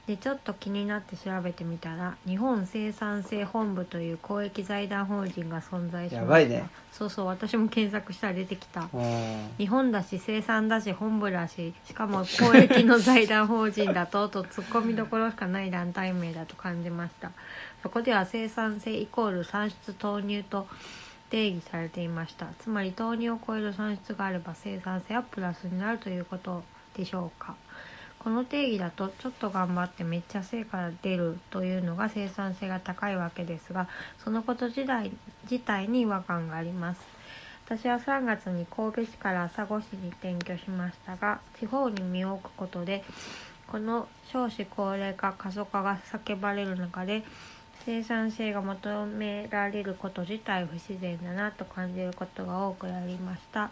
Speaker 2: でちょっと気になって調べてみたら日本生産性本部という公益財団法人が存在しました
Speaker 1: やばいね
Speaker 2: そうそう私も検索したら出てきた
Speaker 1: うん
Speaker 2: 日本だし生産だし本部だししかも公益の財団法人 だととツッコミどころしかない団体名だと感じましたそこでは生産性イコール産出投入と定義されていましたつまり投入を超える産出があれば生産性はプラスになるということでしょうかこの定義だとちょっと頑張ってめっちゃ成果が出るというのが生産性が高いわけですがそのこと自体自体に違和感があります私は3月に神戸市から朝来市に転居しましたが地方に身を置くことでこの少子高齢化過疎化が叫ばれる中で生産性が求められること自体不自然だなと感じることが多くなりました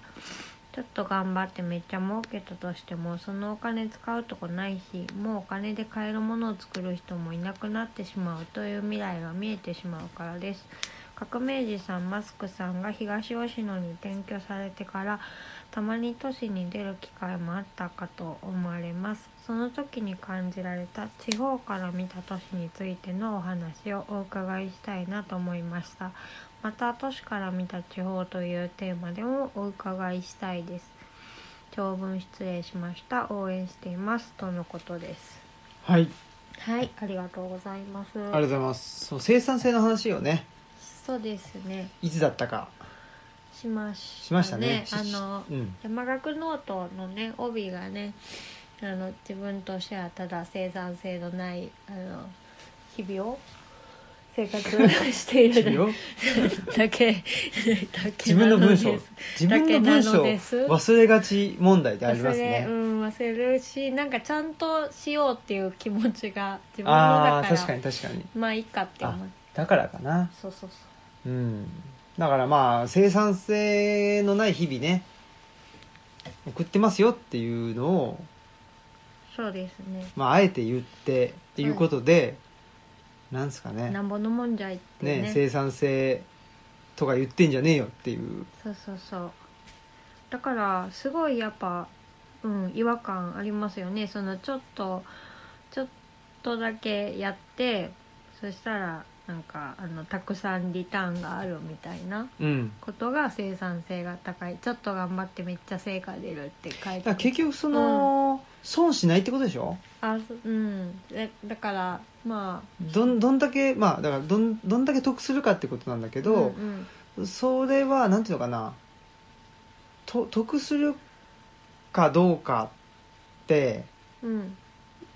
Speaker 2: ちょっと頑張ってめっちゃ儲けたとしてもそのお金使うとこないしもうお金で買えるものを作る人もいなくなってしまうという未来が見えてしまうからです革命児さんマスクさんが東吉野に転居されてからたまに都市に出る機会もあったかと思われますその時に感じられた地方から見た都市についてのお話をお伺いしたいなと思いましたまた都市から見た地方というテーマでもお伺いしたいです長文失礼しました応援していますとのことです
Speaker 1: はいあり
Speaker 2: はいありがとうございます
Speaker 1: がとうございますそう生産性の話をね
Speaker 2: そうですね
Speaker 1: いつだったか
Speaker 2: しました
Speaker 1: しましたね
Speaker 2: あの
Speaker 1: うん、
Speaker 2: 山岳ノートのね帯がねあの自分としてはただ生産性のないあの日々を生活をして
Speaker 1: い
Speaker 2: い
Speaker 1: い
Speaker 2: る
Speaker 1: よ
Speaker 2: だけだけ
Speaker 1: 自分の文章
Speaker 2: なです
Speaker 1: 自分の文
Speaker 2: だけな
Speaker 1: 章
Speaker 2: のです
Speaker 1: 忘れがち問題であります
Speaker 2: 忘れう
Speaker 1: ね
Speaker 2: ん忘れるしなんかちゃんとしようっていう気持ちが自分の
Speaker 1: ああ
Speaker 2: 中
Speaker 1: 確
Speaker 2: か
Speaker 1: からに確かに
Speaker 2: まあいいかって思う
Speaker 1: だからかな
Speaker 2: そうそうそ
Speaker 1: う
Speaker 2: う
Speaker 1: んだからまあ生産性のない日々ね送ってますよっていうのを、
Speaker 2: そうですね
Speaker 1: まあ、あえて言ってっていうことで、なんですかね
Speaker 2: なんぼのもんじゃいって
Speaker 1: ね
Speaker 2: ね
Speaker 1: 生産性とか言ってんじゃねえよっていう
Speaker 2: そうそうそうだからすごいやっぱうん違和感ありますよねそのちょっとちょっとだけやってそしたらなんかあのたくさんリターンがあるみたいな
Speaker 1: うん
Speaker 2: ことが生産性が高いちょっと頑張ってめっちゃ成果出るって
Speaker 1: だ
Speaker 2: 書いて
Speaker 1: か
Speaker 2: あ
Speaker 1: ら
Speaker 2: る
Speaker 1: 結局その、損しないってことでしょ
Speaker 2: あそうんだだからまあ
Speaker 1: どんどんだけまあだからどんどんだけ得するかってことなんだけど
Speaker 2: う、ん
Speaker 1: それはなんていうのかなと得するかどうかって
Speaker 2: うん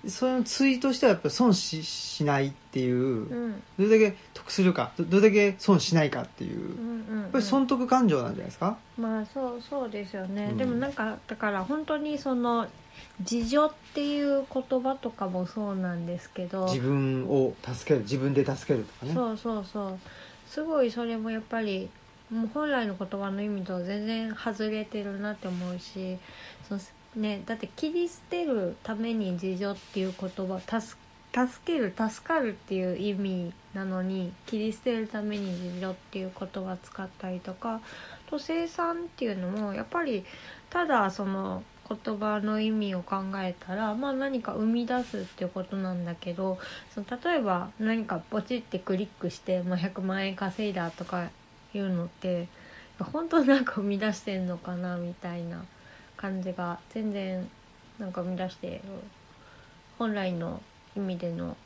Speaker 1: そのツイートしてはやっぱ損ししないっていう、
Speaker 2: うんう
Speaker 1: ど
Speaker 2: ん
Speaker 1: れだけ得するかどどれだけ損しないかっていう、や
Speaker 2: う
Speaker 1: っ
Speaker 2: んうん
Speaker 1: ぱり損得感情なんじゃないですか、
Speaker 2: まあそうそうですよね、
Speaker 1: うん
Speaker 2: でもなんかだから本当にその自助っていう言葉とかもそうなんですけど
Speaker 1: 自分を助ける自分で助けるとかね
Speaker 2: そうそうそうすごいそれもやっぱりもう本来の言葉の意味と全然外れてるなって思うしそのね、だって切り捨てるために自助っていう言葉助助ける助かるっていう意味なのに切り捨てるために自助っていう言葉使ったりとかあと生産っていうのもやっぱりただその言葉の意味を考えたら、まあ、何か生み出すっていうことなんだけどその例えば何かポチってクリックして、まあ、100万円稼いだとかいうのって本当なんか生み出してんのかなみたいな感じが全然なんか生み出してる本来の意味での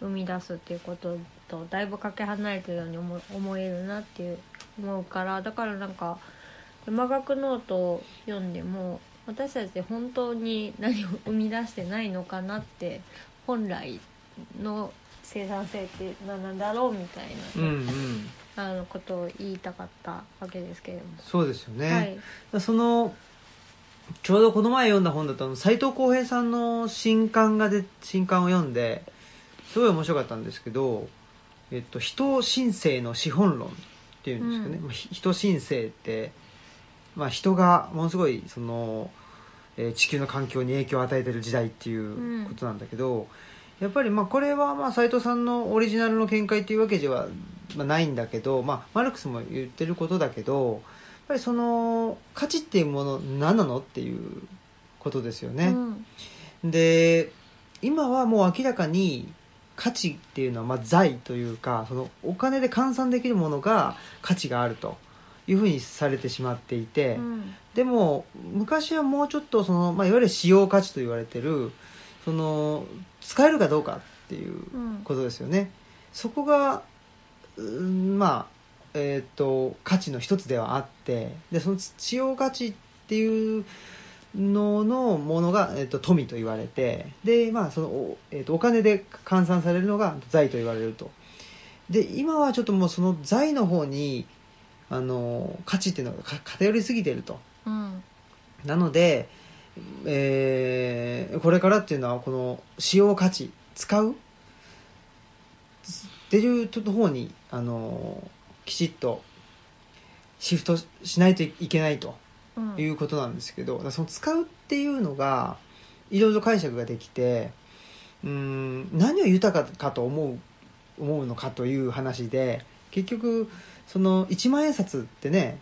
Speaker 2: 生み出すっていうこととだいぶかけ離れてるように思思えるなっていう思うからだからなんか山岳ノートを読んでも私たち本当に何を生み出してないのかなって本来の生産性って何なんだろうみたいな、
Speaker 1: うんうん
Speaker 2: あのことを言いたかったわけですけれども。
Speaker 1: そうですよね、
Speaker 2: はい、
Speaker 1: そのちょうどこの前読んだ本だと斎藤浩平さんの新刊がで新刊を読んですごい面白かったんですけど「えっと、人申請の資本論」っていうんですかね、
Speaker 2: うん
Speaker 1: まあひ人申請って、まあ、人がものすごいその、えー地球の環境に影響を与えてる時代っていうことなんだけど、やっぱりまあこれはまあ斎藤さんのオリジナルの見解というわけではまあないんだけど、まあ、マルクスも言ってることだけどぱりその価値っていうもの何なのっていうことですよ
Speaker 2: う
Speaker 1: ね。
Speaker 2: ん
Speaker 1: で今はもう明らかに価値っていうのはまあ財というかそのお金で換算できるものが価値があるというふうにされてしまっていて、
Speaker 2: うん
Speaker 1: でも昔はもうちょっとその、まあ、いわゆる使用価値と言われてるその使えるかどうかっていう
Speaker 2: うん
Speaker 1: ことですよね。そこが、うんまあ、えっ、と、価値の一つではあって、で、その使用価値っていうののものが、えっ、と、富と言われて、で、まあ、その、おえっとお金で換算されるのが財と言われると。で、今はちょっともうその財の方に、あの、価値っていうのがか偏りすぎてると。
Speaker 2: うん
Speaker 1: なので、えーこれからっていうのはこの使用価値使うっていうと方にあのきちっとシフトしないといけないと
Speaker 2: うん
Speaker 1: いうことなんですけど、だからその使うっていうのがいろいろ解釈ができてうーん何を豊かかと思う思うのかという話で結局その1万円札ってね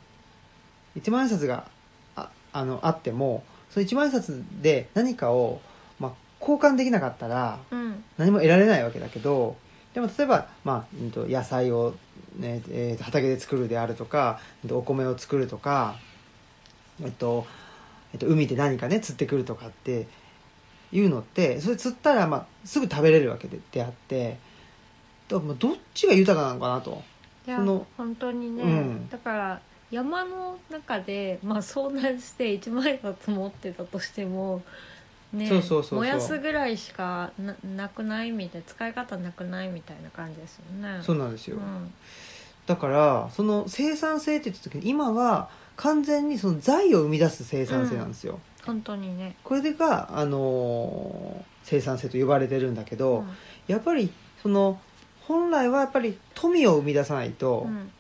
Speaker 1: 1万円札がああのあってもその1万円札で何かを、まあ、交換できなかったら
Speaker 2: うん
Speaker 1: 何も得られないわけだけどでも例えば、まあうんと、野菜を、ねえーと畑で作るであるとか、うんとお米を作るとか、えっとえっと、海で何かね釣ってくるとかっていうのってそれ釣ったら、まあ、すぐ食べれるわけでであってだからまあどっちが豊かなのかなと。
Speaker 2: いや
Speaker 1: その
Speaker 2: 本当にね、
Speaker 1: うん
Speaker 2: だから山の中で、まあ、遭難して一枚札持ってたとしても、ね、
Speaker 1: そうそうそうそう
Speaker 2: 燃やすぐらいしかななくないみたい使い方なくないみたいな感じですよね。
Speaker 1: そう
Speaker 2: う
Speaker 1: なんですよ、
Speaker 2: ん
Speaker 1: だからその生産性って言った時に今は完全にその財を生み出す生産性なんですよ、
Speaker 2: 本当にね。
Speaker 1: これが、あのー生産性と呼ばれてるんだけど、
Speaker 2: うん
Speaker 1: やっぱりその本来はやっぱり富を生み出さないと、
Speaker 2: うん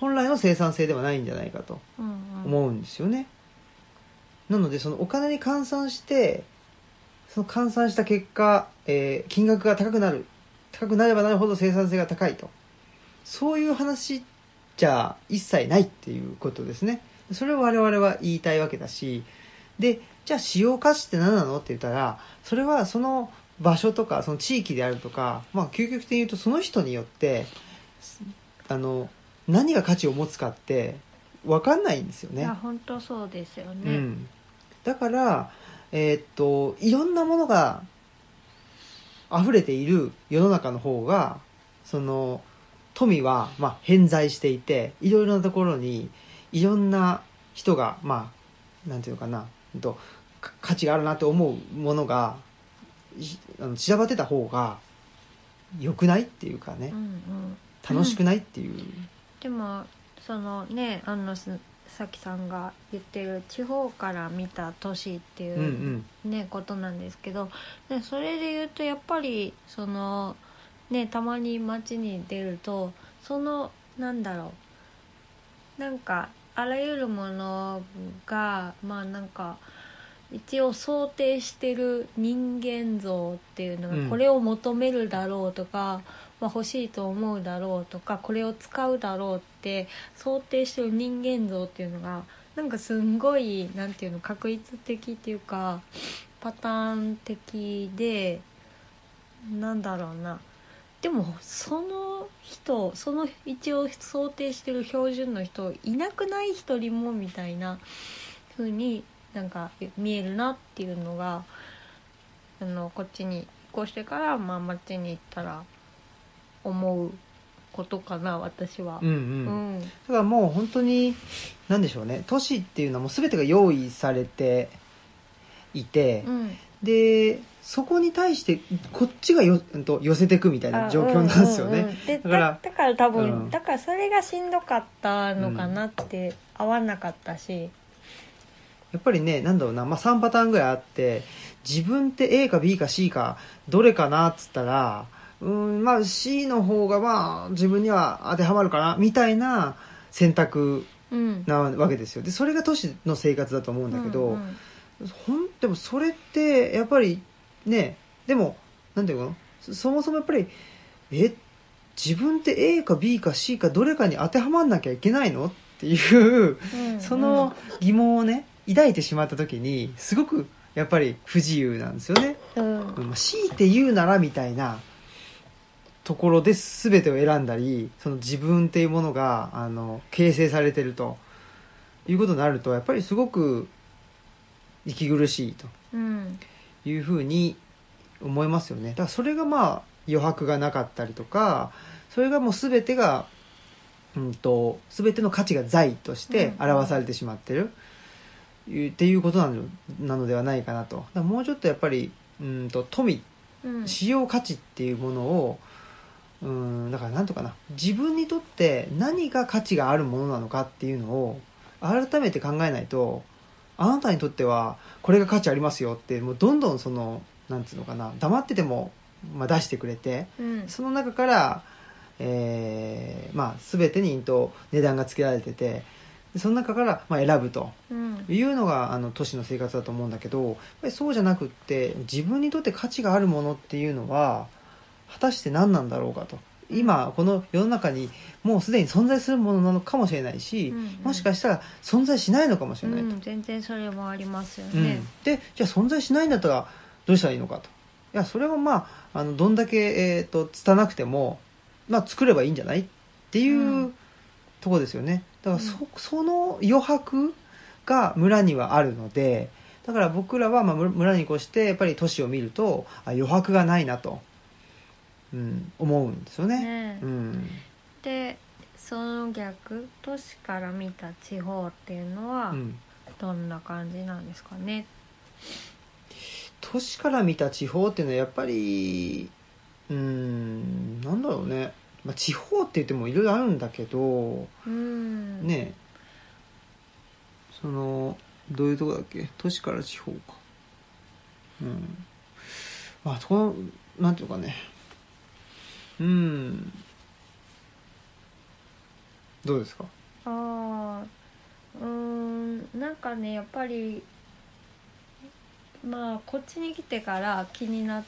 Speaker 1: 本来の生産性ではないんじゃないかと
Speaker 2: うんうん
Speaker 1: 思うんですよね、なのでそのお金に換算してその換算した結果、えー金額が高くなる高くなればなるほど生産性が高いとそういう話じゃ一切ないっていうことですねそれを我々は言いたいわけだしでじゃあ使用価値って何なのって言ったらそれはその場所とかその地域であるとかまあ究極的に言うとその人によってあの何が価値を持つかって分かんないんですよ
Speaker 2: い
Speaker 1: ね。
Speaker 2: や本当そうですよ
Speaker 1: う
Speaker 2: ね。
Speaker 1: ん、だから、えーっといろんなものが溢れている世の中の方がその富は、まあ、偏在していていろいろなところにいろんな人がまあなんていうのかなうんとか価値があるなと思うものがいあの散らばってた方が良くないっていうかね
Speaker 2: うんうん
Speaker 1: 楽しくないっていう、
Speaker 2: でもそのねあのすさきさんが言ってる地方から見た都市っていう
Speaker 1: うんうん
Speaker 2: ね、ことなんですけどでそれで言うとやっぱりその、ね、たまに街に出るとそのなんだろうなんかあらゆるものがまあなんか一応想定してる人間像っていうのが、
Speaker 1: うん
Speaker 2: これを求めるだろうとか、まあ、欲しいと思うだろうとかこれを使うだろうって想定してる人間像っていうのがなんかすんごいなんていうの確率的っていうかパターン的でなんだろうなでもその人その一応想定してる標準の人いなくない一人もみたいな風になんか見えるなっていうのがあのこっちにこうしてから、まあ、街に行ったら思うことかな私は。
Speaker 1: うん
Speaker 2: う
Speaker 1: うん
Speaker 2: ん
Speaker 1: ただもう本当に何でしょうね都市っていうのはもう全てが用意されていて、
Speaker 2: うん
Speaker 1: でそこに対してこっちがようんと寄せていくみたいな
Speaker 2: あ
Speaker 1: 状況なんですよね、
Speaker 2: うんうんうんで
Speaker 1: だか
Speaker 2: だかららだから多分、
Speaker 1: うん
Speaker 2: だからそれがしんどかったのかなって、合わなかったし、
Speaker 1: やっぱりねなんだろうな、まあ、3パターンぐらいあって自分って A か B か C かどれかなっつったらうーんまあ C の方がまあ自分には当てはまるかなみたいな選択
Speaker 2: うん、
Speaker 1: なわけですよでそれが都市の生活だと思うんだけど、
Speaker 2: うん
Speaker 1: ほんでもそれってやっぱりねでもなんていうのそそもそもやっぱりえ自分って A か B か C かどれかに当てはまんなきゃいけないのっっていう
Speaker 2: うん
Speaker 1: その疑問をね抱いてしまった時にすごくやっぱり不自由なんですよね。
Speaker 2: うん
Speaker 1: うんまあ強いて言うならみたいなところで全てを選んだりその自分っていうものがあの形成されてるということになるとやっぱりすごく息苦しいと
Speaker 2: うん
Speaker 1: いうふうに思いますよね。だからそれがまあ余白がなかったりとかそれがもう全てが、うん、と全ての価値が財として表されてしまってる、いうっていうことなのなのではないかなと。だからもうちょっとやっぱりうんと富
Speaker 2: うん
Speaker 1: 使用価値っていうものをうんだからなんとかな自分にとって何が価値があるものなのかっていうのを改めて考えないとあなたにとってはこれが価値ありますよってもうどんどんそのなんつうのかな黙ってても、まあ、出してくれて
Speaker 2: うん
Speaker 1: その中から、えーまあ、全てにと値段がつけられててでその中から、まあ、選ぶと
Speaker 2: うん
Speaker 1: いうのがあの都市の生活だと思うんだけどやっぱりそうじゃなくって自分にとって価値があるものっていうのは果たして何なんだろうかと今この世の中にもうすでに存在するものなのかもしれないし、
Speaker 2: うん
Speaker 1: もしかしたら存在しないのかもしれないと、
Speaker 2: うん全然それもありますよ
Speaker 1: うん
Speaker 2: ね
Speaker 1: でじゃあ存在しないんだったらどうしたらいいのかといやそれはまああのどんだけ、えー、と拙くても、まあ、作ればいいんじゃないっていう、
Speaker 2: うん
Speaker 1: とこですよねだからそ,、その余白が村にはあるのでだから僕らはまあ村村に越してやっぱり都市を見るとあ余白がないなと、うん、思うんですよね。
Speaker 2: ね
Speaker 1: うん
Speaker 2: でその逆都市から見た地方っていうの
Speaker 1: う
Speaker 2: は
Speaker 1: ん、
Speaker 2: どんな感じなんですかね
Speaker 1: 都市から見た地方っていうのはやっぱりうーんなんだろうね、まあ、地方って言ってもいろいろあるんだけど
Speaker 2: うん
Speaker 1: ねそのどういうとこだっけ都市から地方かうんまあそこのなんていうかねうんどうですか
Speaker 2: ああうーんなんかねやっぱりまあこっちに来てから気になっ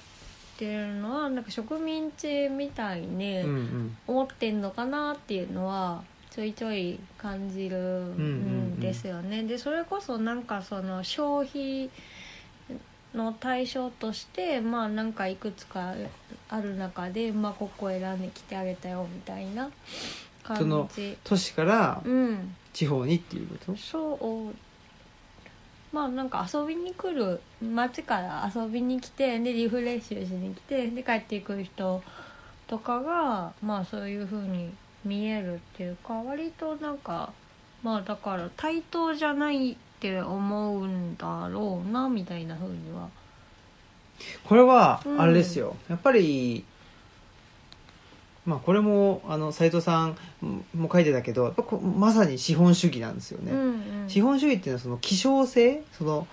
Speaker 2: てるのはなんか植民地みたいに
Speaker 1: うんうん
Speaker 2: 思ってんのかなっていうのはちょいちょい感じるんですよね。でそれこそなんかその消費の対象としてまあなんかいくつかある中でまあここ選んできてあげたよみたいな
Speaker 1: そ
Speaker 2: 感
Speaker 1: の
Speaker 2: じ。
Speaker 1: 都市から
Speaker 2: うん
Speaker 1: 地方にっていうこと
Speaker 2: そうまあなんか遊びに来る街から遊びに来てでリフレッシュしに来てで帰っていく人とかがまあそういう風に見えるっていうか割となんかまあだから対等じゃないって思うんだろうなみたいな風には。
Speaker 1: これは
Speaker 2: うん
Speaker 1: あれですよ、やっぱりまあこれもあの斉藤さんも書いてたけどやっぱこうまさに資本主義なんですよね、
Speaker 2: うんうん
Speaker 1: 資本主義っていうのはその希少性その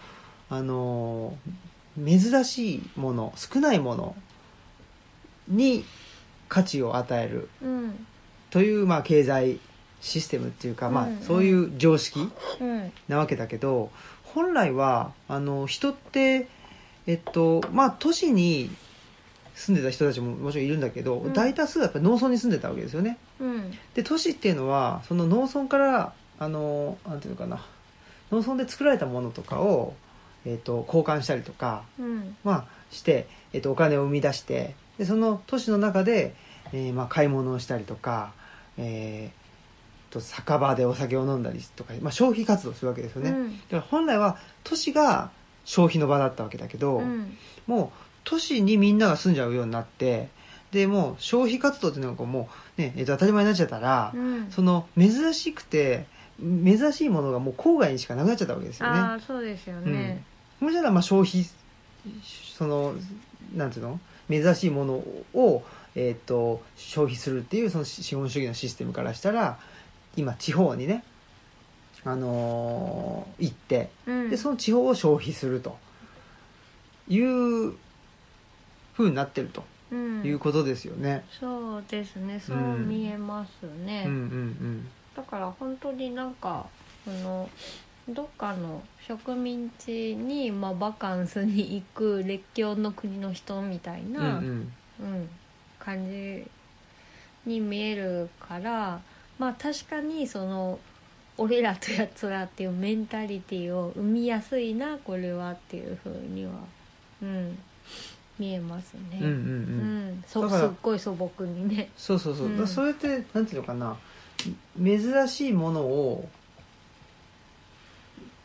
Speaker 1: あの珍しいもの少ないものに価値を与える
Speaker 2: うん
Speaker 1: という、まあ、経済システムっていうか、まあ
Speaker 2: うんうん
Speaker 1: そういう常識、
Speaker 2: うん
Speaker 1: なわけだけど本来はあの人ってえっとまあ都市に住んでた人たちももちろんいるんだけど、
Speaker 2: うん
Speaker 1: 大多数はやっぱ農村に住んでたわけですよね。
Speaker 2: うん
Speaker 1: で都市っていうのはその農村からあのなんていうのかな農村で作られたものとかを、えっと、交換したりとか、
Speaker 2: うん
Speaker 1: まあ、して、えっと、お金を生み出してでその都市の中で、えーまあ、買い物をしたりとか、えーと酒場でお酒を飲んだりとか、まあ、消費活動するわけですよね。
Speaker 2: う
Speaker 1: だ
Speaker 2: ん
Speaker 1: から本来は都市が消費の場だったわけだけど、
Speaker 2: うん
Speaker 1: もう都市にみんなが住んじゃうようになってでもう消費活動っていうのがこうもう、ねえっと当たり前になっちゃったら、
Speaker 2: うん
Speaker 1: その珍しくて珍しいものがもう郊外にしかなくなっちゃったわけですよ
Speaker 2: あ
Speaker 1: ね。
Speaker 2: あそうですよね。
Speaker 1: もしたらまあ消費そのなんていうの珍しいものを、えっと消費するっていうその資本主義のシステムからしたら今地方にね、あのー行って
Speaker 2: うん
Speaker 1: でその地方を消費するというふうになってると
Speaker 2: うん
Speaker 1: いうことですよね。
Speaker 2: そうですねそう
Speaker 1: うん
Speaker 2: 見えますね、
Speaker 1: うんうん
Speaker 2: だから本当になんかそのどっかの植民地に、まあ、バカンスに行く列強の国の人みたい
Speaker 1: うん。うん
Speaker 2: な、
Speaker 1: うん
Speaker 2: うん感じに見えるからまあ確かにその俺らとやつらっていうメンタリティーを生みやすいなこれはっていうふうには、うん、見えますね。
Speaker 1: うんうんう
Speaker 2: うんん、そ
Speaker 1: だから
Speaker 2: すっごい素朴にね。
Speaker 1: そうそうそう、
Speaker 2: うん
Speaker 1: だからそれってなんていうのかな珍しいものを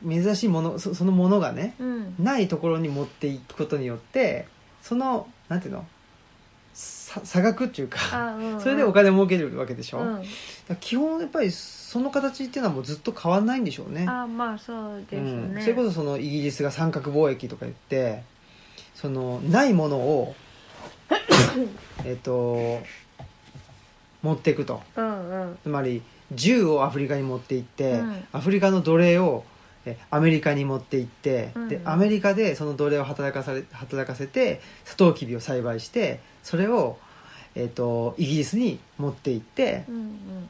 Speaker 1: 珍しいものそそのものがね
Speaker 2: うん、
Speaker 1: ないところに持っていくことによってそのなんていうのさ差額っていうか
Speaker 2: あうん
Speaker 1: それでお金儲けるわけでしょ、
Speaker 2: う
Speaker 1: だか
Speaker 2: ん、
Speaker 1: ら基本やっぱりその形っていうのはもうずっと変わんないんでしょうね
Speaker 2: あまあそうですね。
Speaker 1: うん、それこそそのイギリスが三角貿易とか言ってそのないもの をえっと持っていくと
Speaker 2: うんうん
Speaker 1: つまり銃をアフリカに持って行って、
Speaker 2: うん
Speaker 1: アフリカの奴隷をえアメリカに持って行って、
Speaker 2: うん
Speaker 1: でアメリカでその奴隷を働かされ働かせてサトウキビを栽培してそれを、えっとイギリスに持って行って
Speaker 2: うん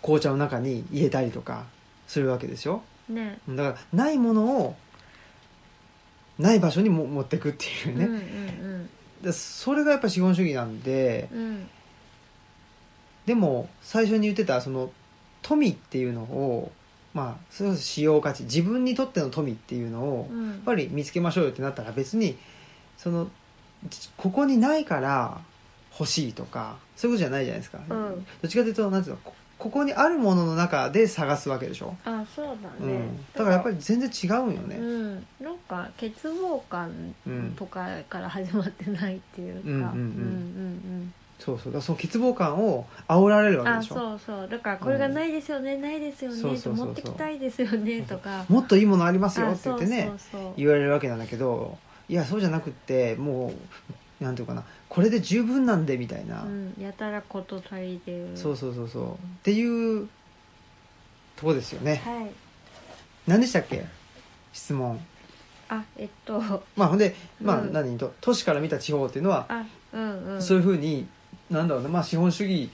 Speaker 1: 紅茶の中に入れたりとかするわけでしょ。
Speaker 2: うんね。
Speaker 1: だからないものをない場所にも持ってくっていうね、
Speaker 2: うんうん
Speaker 1: でそれがやっぱ資本主義なんで
Speaker 2: うんうん
Speaker 1: でも最初に言ってたその富っていうのをまあそれこそ使用価値自分にとっての富っていうのを
Speaker 2: う
Speaker 1: やっ
Speaker 2: ん。
Speaker 1: ぱり見つけましょうよってなったら別にそのちここにないから欲しいとかそういうことじゃないじゃないですか、
Speaker 2: うん
Speaker 1: どっちかというとなんていうのこここにあるものの中で探すわけでしょ、
Speaker 2: あそうだ
Speaker 1: う
Speaker 2: ね
Speaker 1: ん、。だからやっぱり全然違うんよね、
Speaker 2: うん、なんか欠乏感とかから始まってないっていうか、
Speaker 1: うんうんうん
Speaker 2: うん
Speaker 1: そうそうだからその欠乏感を煽られる
Speaker 2: うんうん
Speaker 1: わけ
Speaker 2: あ
Speaker 1: でしょ
Speaker 2: そうそうだからこれがないですよね、ないですよね
Speaker 1: そうそうそうそう
Speaker 2: 持ってきたいですよねとか
Speaker 1: もっといいものありますよ
Speaker 2: あ
Speaker 1: って言ってね
Speaker 2: そうそうそう
Speaker 1: 言われるわけなんだけどいやそうじゃなくってもうなんていうかなこれで十分なんでみたいな、
Speaker 2: うん、やたらこと足りてる
Speaker 1: そうそうそうそうっていうとこですよね
Speaker 2: はい
Speaker 1: 何でしたっけ質問
Speaker 2: あえっと
Speaker 1: まあほんで、まあ、
Speaker 2: うん
Speaker 1: 何と都市から見た地方っていうのは
Speaker 2: あうんうん
Speaker 1: そういうふうになんだろうな、まあ、資本主義、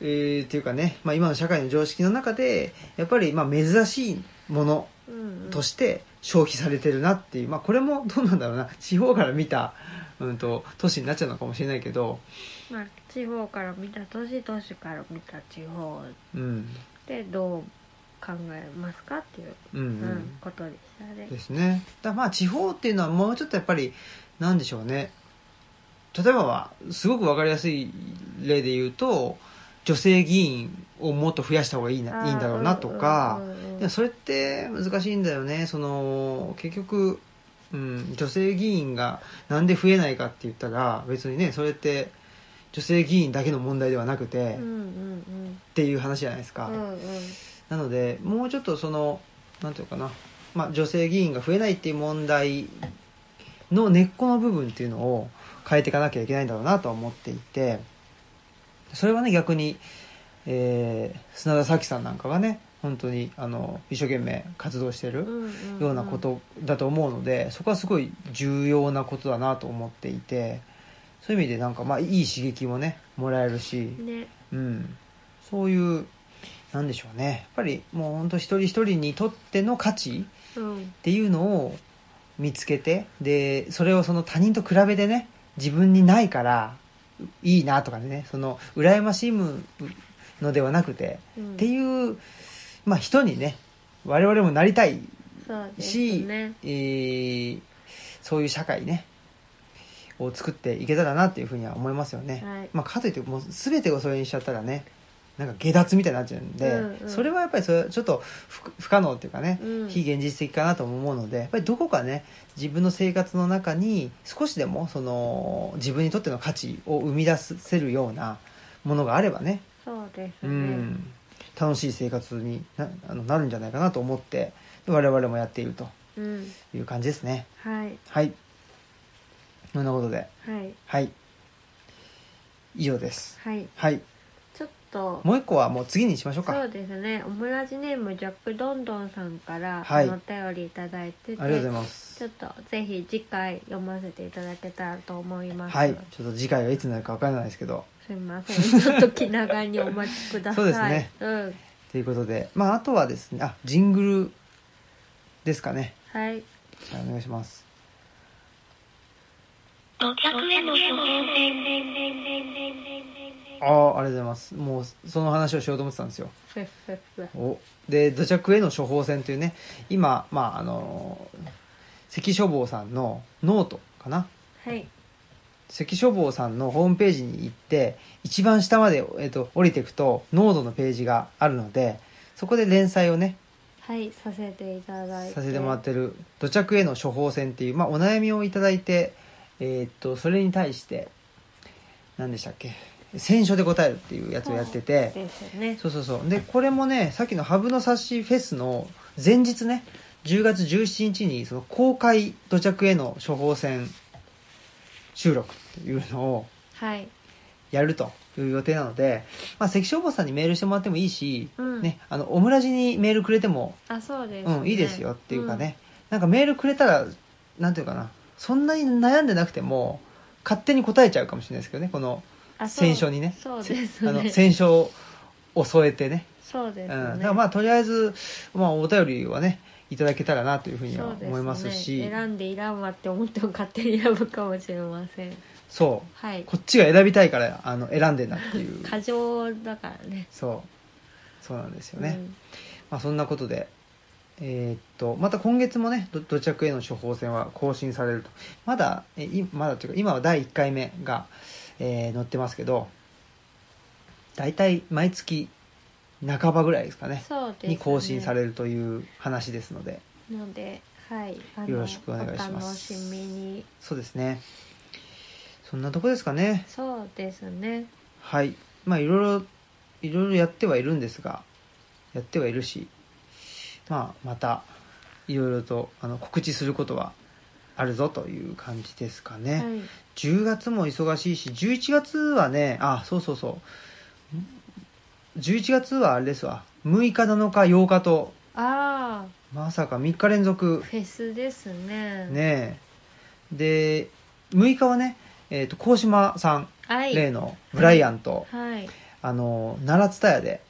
Speaker 1: えーっていうかね、まあ、今の社会の常識の中でやっぱりまあ珍しいもの
Speaker 2: うんうん
Speaker 1: として消費されてるなっていう、まあ、これもどうなんだろうな地方から見た、うん、と都市になっちゃうのかもしれないけど、
Speaker 2: まあ、地方から見た都市都市から見た地方
Speaker 1: うん、
Speaker 2: でどう考えますかっていう、
Speaker 1: うんう
Speaker 2: うん
Speaker 1: ん
Speaker 2: ことでしたね
Speaker 1: ですねだまあ地方っていうのはもうちょっとやっぱりなんでしょうね例えばはすごく分かりやすい例で言うと女性議員をもっと増やした方がいいないいんだろうなとか、
Speaker 2: あーうんうんうん
Speaker 1: でもそれって難しいんだよねその結局、うん、女性議員がなんで増えないかって言ったら別にねそれって女性議員だけの問題ではなくて、
Speaker 2: うん
Speaker 1: っ
Speaker 2: うんうん
Speaker 1: ていう話じゃないですか、
Speaker 2: うんうん
Speaker 1: なのでもうちょっとそのなんていうかな、まあ、女性議員が増えないっていう問題の根っこの部分っていうのを変えていかなきゃいけないんだろうなとは思っていてそれはね逆に、えー砂田咲さんなんかがね本当にあの一生懸命活動してる、
Speaker 2: うんん
Speaker 1: ようなことだと思うのでそこはすごい重要なことだなと思っていてそういう意味でなんかまあいい刺激もねもらえるし、
Speaker 2: ね
Speaker 1: うん、そういうなんでしょうねやっぱりもうほんと一人一人にとっての価値
Speaker 2: うん
Speaker 1: っていうのを見つけてでそれをその他人と比べてね自分にないからいいなとかねその羨ましむのではなくて
Speaker 2: うん
Speaker 1: っていう、まあ、人にね我々もなりたい
Speaker 2: そうです
Speaker 1: し、
Speaker 2: ね
Speaker 1: えーそういう社会ねを作っていけたらなっていうふうには思いますよね、
Speaker 2: はい
Speaker 1: まあ、かといってもう全てをそれにしちゃったらねなんか下脱みたいになっちゃうんで、
Speaker 2: うんうん
Speaker 1: それはやっぱりそれはちょっと不不可能っていうかね、
Speaker 2: うん
Speaker 1: 非現実的かなとも思うのでやっぱりどこかね自分の生活の中に少しでもその自分にとっての価値を生み出せるようなものがあればね
Speaker 2: そうで
Speaker 1: う
Speaker 2: すね、
Speaker 1: ん、楽しい生活になあのなるんじゃないかなと思ってで我々もやっていると
Speaker 2: うん、
Speaker 1: いう感じですね
Speaker 2: はい
Speaker 1: はいそんなことで
Speaker 2: はい
Speaker 1: はい以上です
Speaker 2: はい
Speaker 1: はい
Speaker 2: ちょっと
Speaker 1: もう一個はもう次にしましょうか
Speaker 2: そうですねオムラジネームジャックドンドンさんからお
Speaker 1: はい
Speaker 2: 便りいただいてて、
Speaker 1: ありがとうございます
Speaker 2: ちょっとぜひ次回読ませていただけたらと思います、
Speaker 1: はいちょっと次回はいつになるかわからないですけど
Speaker 2: すみませんちょっと気長にお待ちくだ
Speaker 1: そ
Speaker 2: さい
Speaker 1: うですね
Speaker 2: うん
Speaker 1: ということでまああとはですねあジングルですかね
Speaker 2: はい
Speaker 1: はいお願いします
Speaker 3: 到着への処方箋
Speaker 1: ああありがとうございますもうその話をしようと思ってたんですよ
Speaker 2: ふっふっふ
Speaker 1: おで土着への処方箋というね今まああの関書房さんのノートかな
Speaker 2: はい
Speaker 1: 関書房さんのホームページに行って一番下まで、えっと降りていくとノートのページがあるのでそこで連載をね
Speaker 2: はいさせていただいて
Speaker 1: させてもらってる土着への処方箋っていう、まあ、お悩みをいただいて、えーっとそれに対して何でしたっけ選書で答えるっていうやつをやってて、
Speaker 2: ですよね
Speaker 1: そうそうそうでこれもねさっきのハブの冊子フェスの前日ね10月17日にその公開土着への処方箋収録っていうのを
Speaker 2: はい
Speaker 1: やるという予定なので、まあ、関消防さんにメールしてもらってもいいし、
Speaker 2: うん
Speaker 1: ね、あのオムラジにメールくれても、
Speaker 2: あそうです、
Speaker 1: うん、いいですよっていうかね、なんかメールくれたらなんていうかなそんなに悩んでなくても勝手に答えちゃうかもしれないですけどねこの
Speaker 2: うんあそう
Speaker 1: 選書にね
Speaker 2: そうです
Speaker 1: あの
Speaker 2: ね
Speaker 1: 選書を添えてね
Speaker 2: そうですね、
Speaker 1: うん、だからまあとりあえず、まあ、お便りはねいただけたらなというふうには思いますし
Speaker 2: そうですね、選んでいらんわって思っても勝手に選ぶかもしれません
Speaker 1: そう,、
Speaker 2: はい
Speaker 1: こっちが選びたいからあの選んでんだっていう
Speaker 2: 過剰だからね
Speaker 1: そうそうなんですよね、まあ、そんなことでえーっとまた今月もねど土着への処方箋は更新されるとまだえいまだというか今は第1回目が、えー載ってますけど大体毎月半ばぐらいですか
Speaker 2: うん
Speaker 1: ね
Speaker 2: そうですね
Speaker 1: に更新されるという話ですので
Speaker 2: るのではいあの
Speaker 1: よろしくお願いします
Speaker 2: お楽しみに
Speaker 1: そうですね。そんなとこですかね。
Speaker 2: そうですね
Speaker 1: はい。まあいろいろ、いろいろやってはいるんですが、やってはいるし、まあまた、いろいろとあの告知することはあるぞという感じですかね。
Speaker 2: はい
Speaker 1: 10月も忙しいし、11月はね、あ、そうそうそう。11月はあれですわ。6日、7日、8日と、
Speaker 2: あ
Speaker 1: まさか3日連続
Speaker 2: あフェスですね
Speaker 1: ねえ。で、6日はね、えっ、と、鴻島さん
Speaker 2: はい
Speaker 1: 例のブライアンと、
Speaker 2: はい
Speaker 1: あの奈良津田屋で、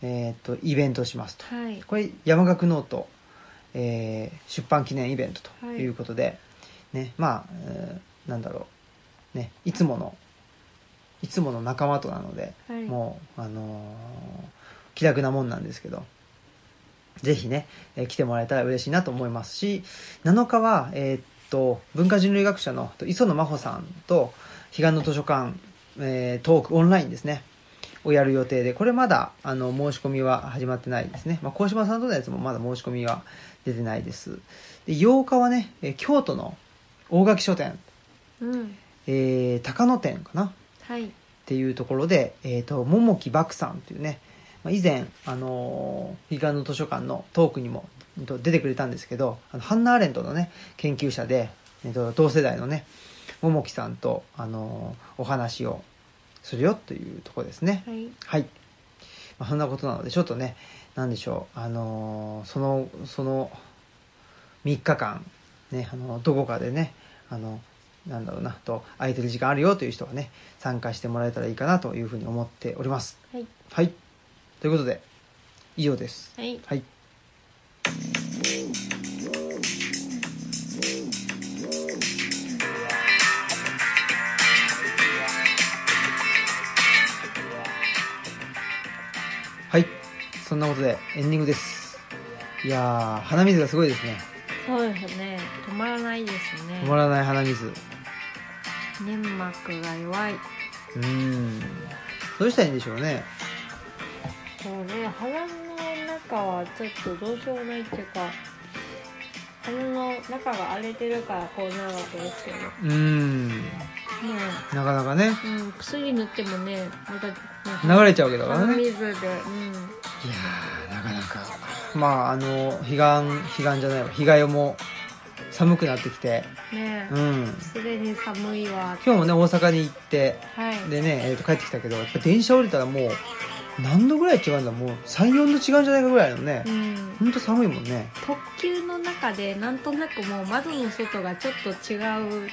Speaker 1: えーっとイベントしますと、
Speaker 2: はい
Speaker 1: これ山岳ノート、えー出版記念イベントということで、ねまあ、えーなんだろう、ね、いつものいつもの仲間となので、
Speaker 2: はい
Speaker 1: もう、あのー気楽なもんなんですけど、ぜひね、えー来てもらえたら嬉しいなと思いますし、7日は、えーっと、文化人類学者のと磯野真帆さんと、彼岸の図書館、えートーク、オンラインですね、をやる予定で、これまだ、あの、申し込みは始まってないですね。まあ、鴻島さんとのやつもまだ申し込みは出てないです。で、8日はね、えー京都の大垣書店、
Speaker 2: うん
Speaker 1: えー高野店かな、
Speaker 2: はい
Speaker 1: っていうところで、えー、と桃木漠さんっていうね、まあ、以前、あのー、彼岸の図書館のトークにもうんと出てくれたんですけどあのハンナ・アーレントのね研究者で、えー、と同世代のね桃木さんと、あのーお話をするよというところですね。
Speaker 2: はい
Speaker 1: はい。まあ、そんなことなので、ちょっとね、なんでしょう、あのーその、その、3日間、ね、あの、どこかでね、あの、なんだろうな、と、空いてる時間あるよという人はね、参加してもらえたらいいかなというふうに思っております。
Speaker 2: はい
Speaker 1: はい。ということで、以上です。
Speaker 2: はい
Speaker 1: はい。はい。そんなことでエンディングです。いやー、鼻水がすごいですね。
Speaker 2: そうですね止まらないですね
Speaker 1: 止まらない鼻水。う
Speaker 2: 粘膜が弱い
Speaker 1: ーん。どうしたらいいんでしょうね。
Speaker 2: そうね鼻の中はちょっとどうしようもないっていうか鼻の中が荒れてるからこうなるわけですけどね
Speaker 1: うーん。なかなかね、
Speaker 2: えうん薬塗ってもねまたね
Speaker 1: 流れちゃうわけだから
Speaker 2: 鼻
Speaker 1: ね。
Speaker 2: 水で、うん、
Speaker 1: いやーなかなかまああの彼岸彼岸じゃないわ日が夜も寒くなってきて
Speaker 2: ね
Speaker 1: う
Speaker 2: え
Speaker 1: ん
Speaker 2: すでに寒いわ
Speaker 1: 今日もね大阪に行って
Speaker 2: はい
Speaker 1: でね、えーと帰ってきたけどやっぱ電車降りたらもう何度ぐらい違うんだもう34度違うんじゃないかぐらいのね
Speaker 2: うん
Speaker 1: ほんと寒いもんね
Speaker 2: 特急の中でなんとなくもう窓の外がちょっと違う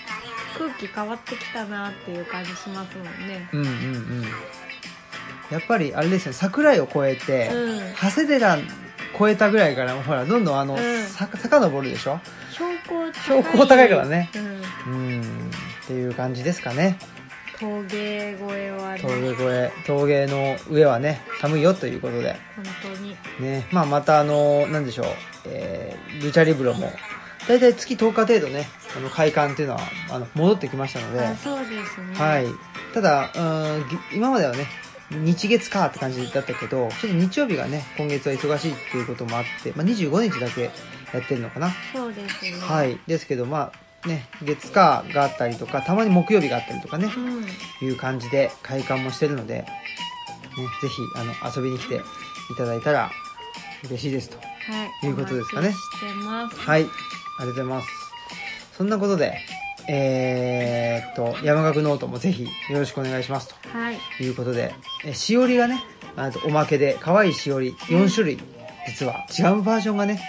Speaker 2: 空気変わってきたなっていう感じしますもんね
Speaker 1: うんうんうんやっぱりあれですね桜井を越えて、
Speaker 2: うん
Speaker 1: 長谷寺越えたぐらいからほらどんどんあの、
Speaker 2: うん
Speaker 1: さ坂登るでしょ
Speaker 2: 標高高い
Speaker 1: 標高高いからね
Speaker 2: うん
Speaker 1: うんっていう感じですかね
Speaker 2: 陶芸声はね
Speaker 1: 陶芸越え陶芸の上はね寒いよということで
Speaker 2: 本当に
Speaker 1: ねまあまたあのなんでしょう、えールチャリブロも大体月10日程度ねあの開館っていうのはあの戻ってきましたので、
Speaker 2: あそうですね
Speaker 1: はい、ただうんぎ今まではね日月かって感じだったけどちょっと日曜日がね今月は忙しいっていうこともあって、まあ、25日だけやってるのかな
Speaker 2: そうですね
Speaker 1: はいですけどまあね月火があったりとかたまに木曜日があったりとかね
Speaker 2: うん
Speaker 1: いう感じで開館もしてるので、ね、ぜひあの遊びに来ていただいたら嬉しいですと
Speaker 2: はい
Speaker 1: いうことですかね
Speaker 2: お待ちしてます
Speaker 1: はいありがとうございますそんなことでえー、っと山岳ノートもぜひよろしくお願いしますと
Speaker 2: はい
Speaker 1: ということで、えしおりがね、あとおまけで、可愛いしおり、4種類、実は違うバージョンがね、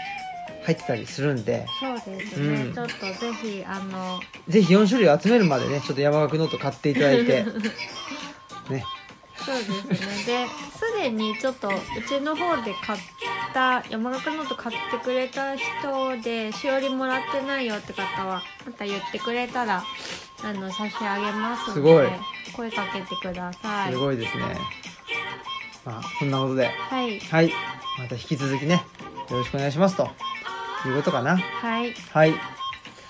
Speaker 1: 入ってたりするんで、
Speaker 2: そうですね、
Speaker 1: うん
Speaker 2: ちょっとぜひあの
Speaker 1: ぜひ4種類集めるまでね、ちょっと山岳ノート買っていただいて、ね、
Speaker 2: そうですね。で、すでにちょっと、うちの方で買った、山岳ノート買ってくれた人で、しおりもらってないよって方は、また言ってくれたら、あの、差し上げますのです
Speaker 1: ごい、
Speaker 2: 声かけてください。
Speaker 1: すごいですね。まあ、そんなことで、
Speaker 2: はい。
Speaker 1: はい、また引き続きね、よろしくお願いしますと、いうことかな。
Speaker 2: はい。
Speaker 1: はい。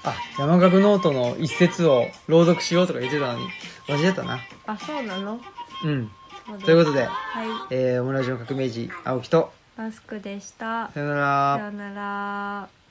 Speaker 1: あ、山岳ノートの一節を朗読しようとか言ってたのに、忘れてたな。
Speaker 2: あ、そうなの
Speaker 1: うん。
Speaker 2: そう
Speaker 1: という
Speaker 2: で
Speaker 1: こと
Speaker 2: す。
Speaker 1: で、
Speaker 2: はい。
Speaker 1: えー、オムラジオ革命児、青木と、
Speaker 2: マスクでした。
Speaker 1: さよなら
Speaker 2: さ。ようなら。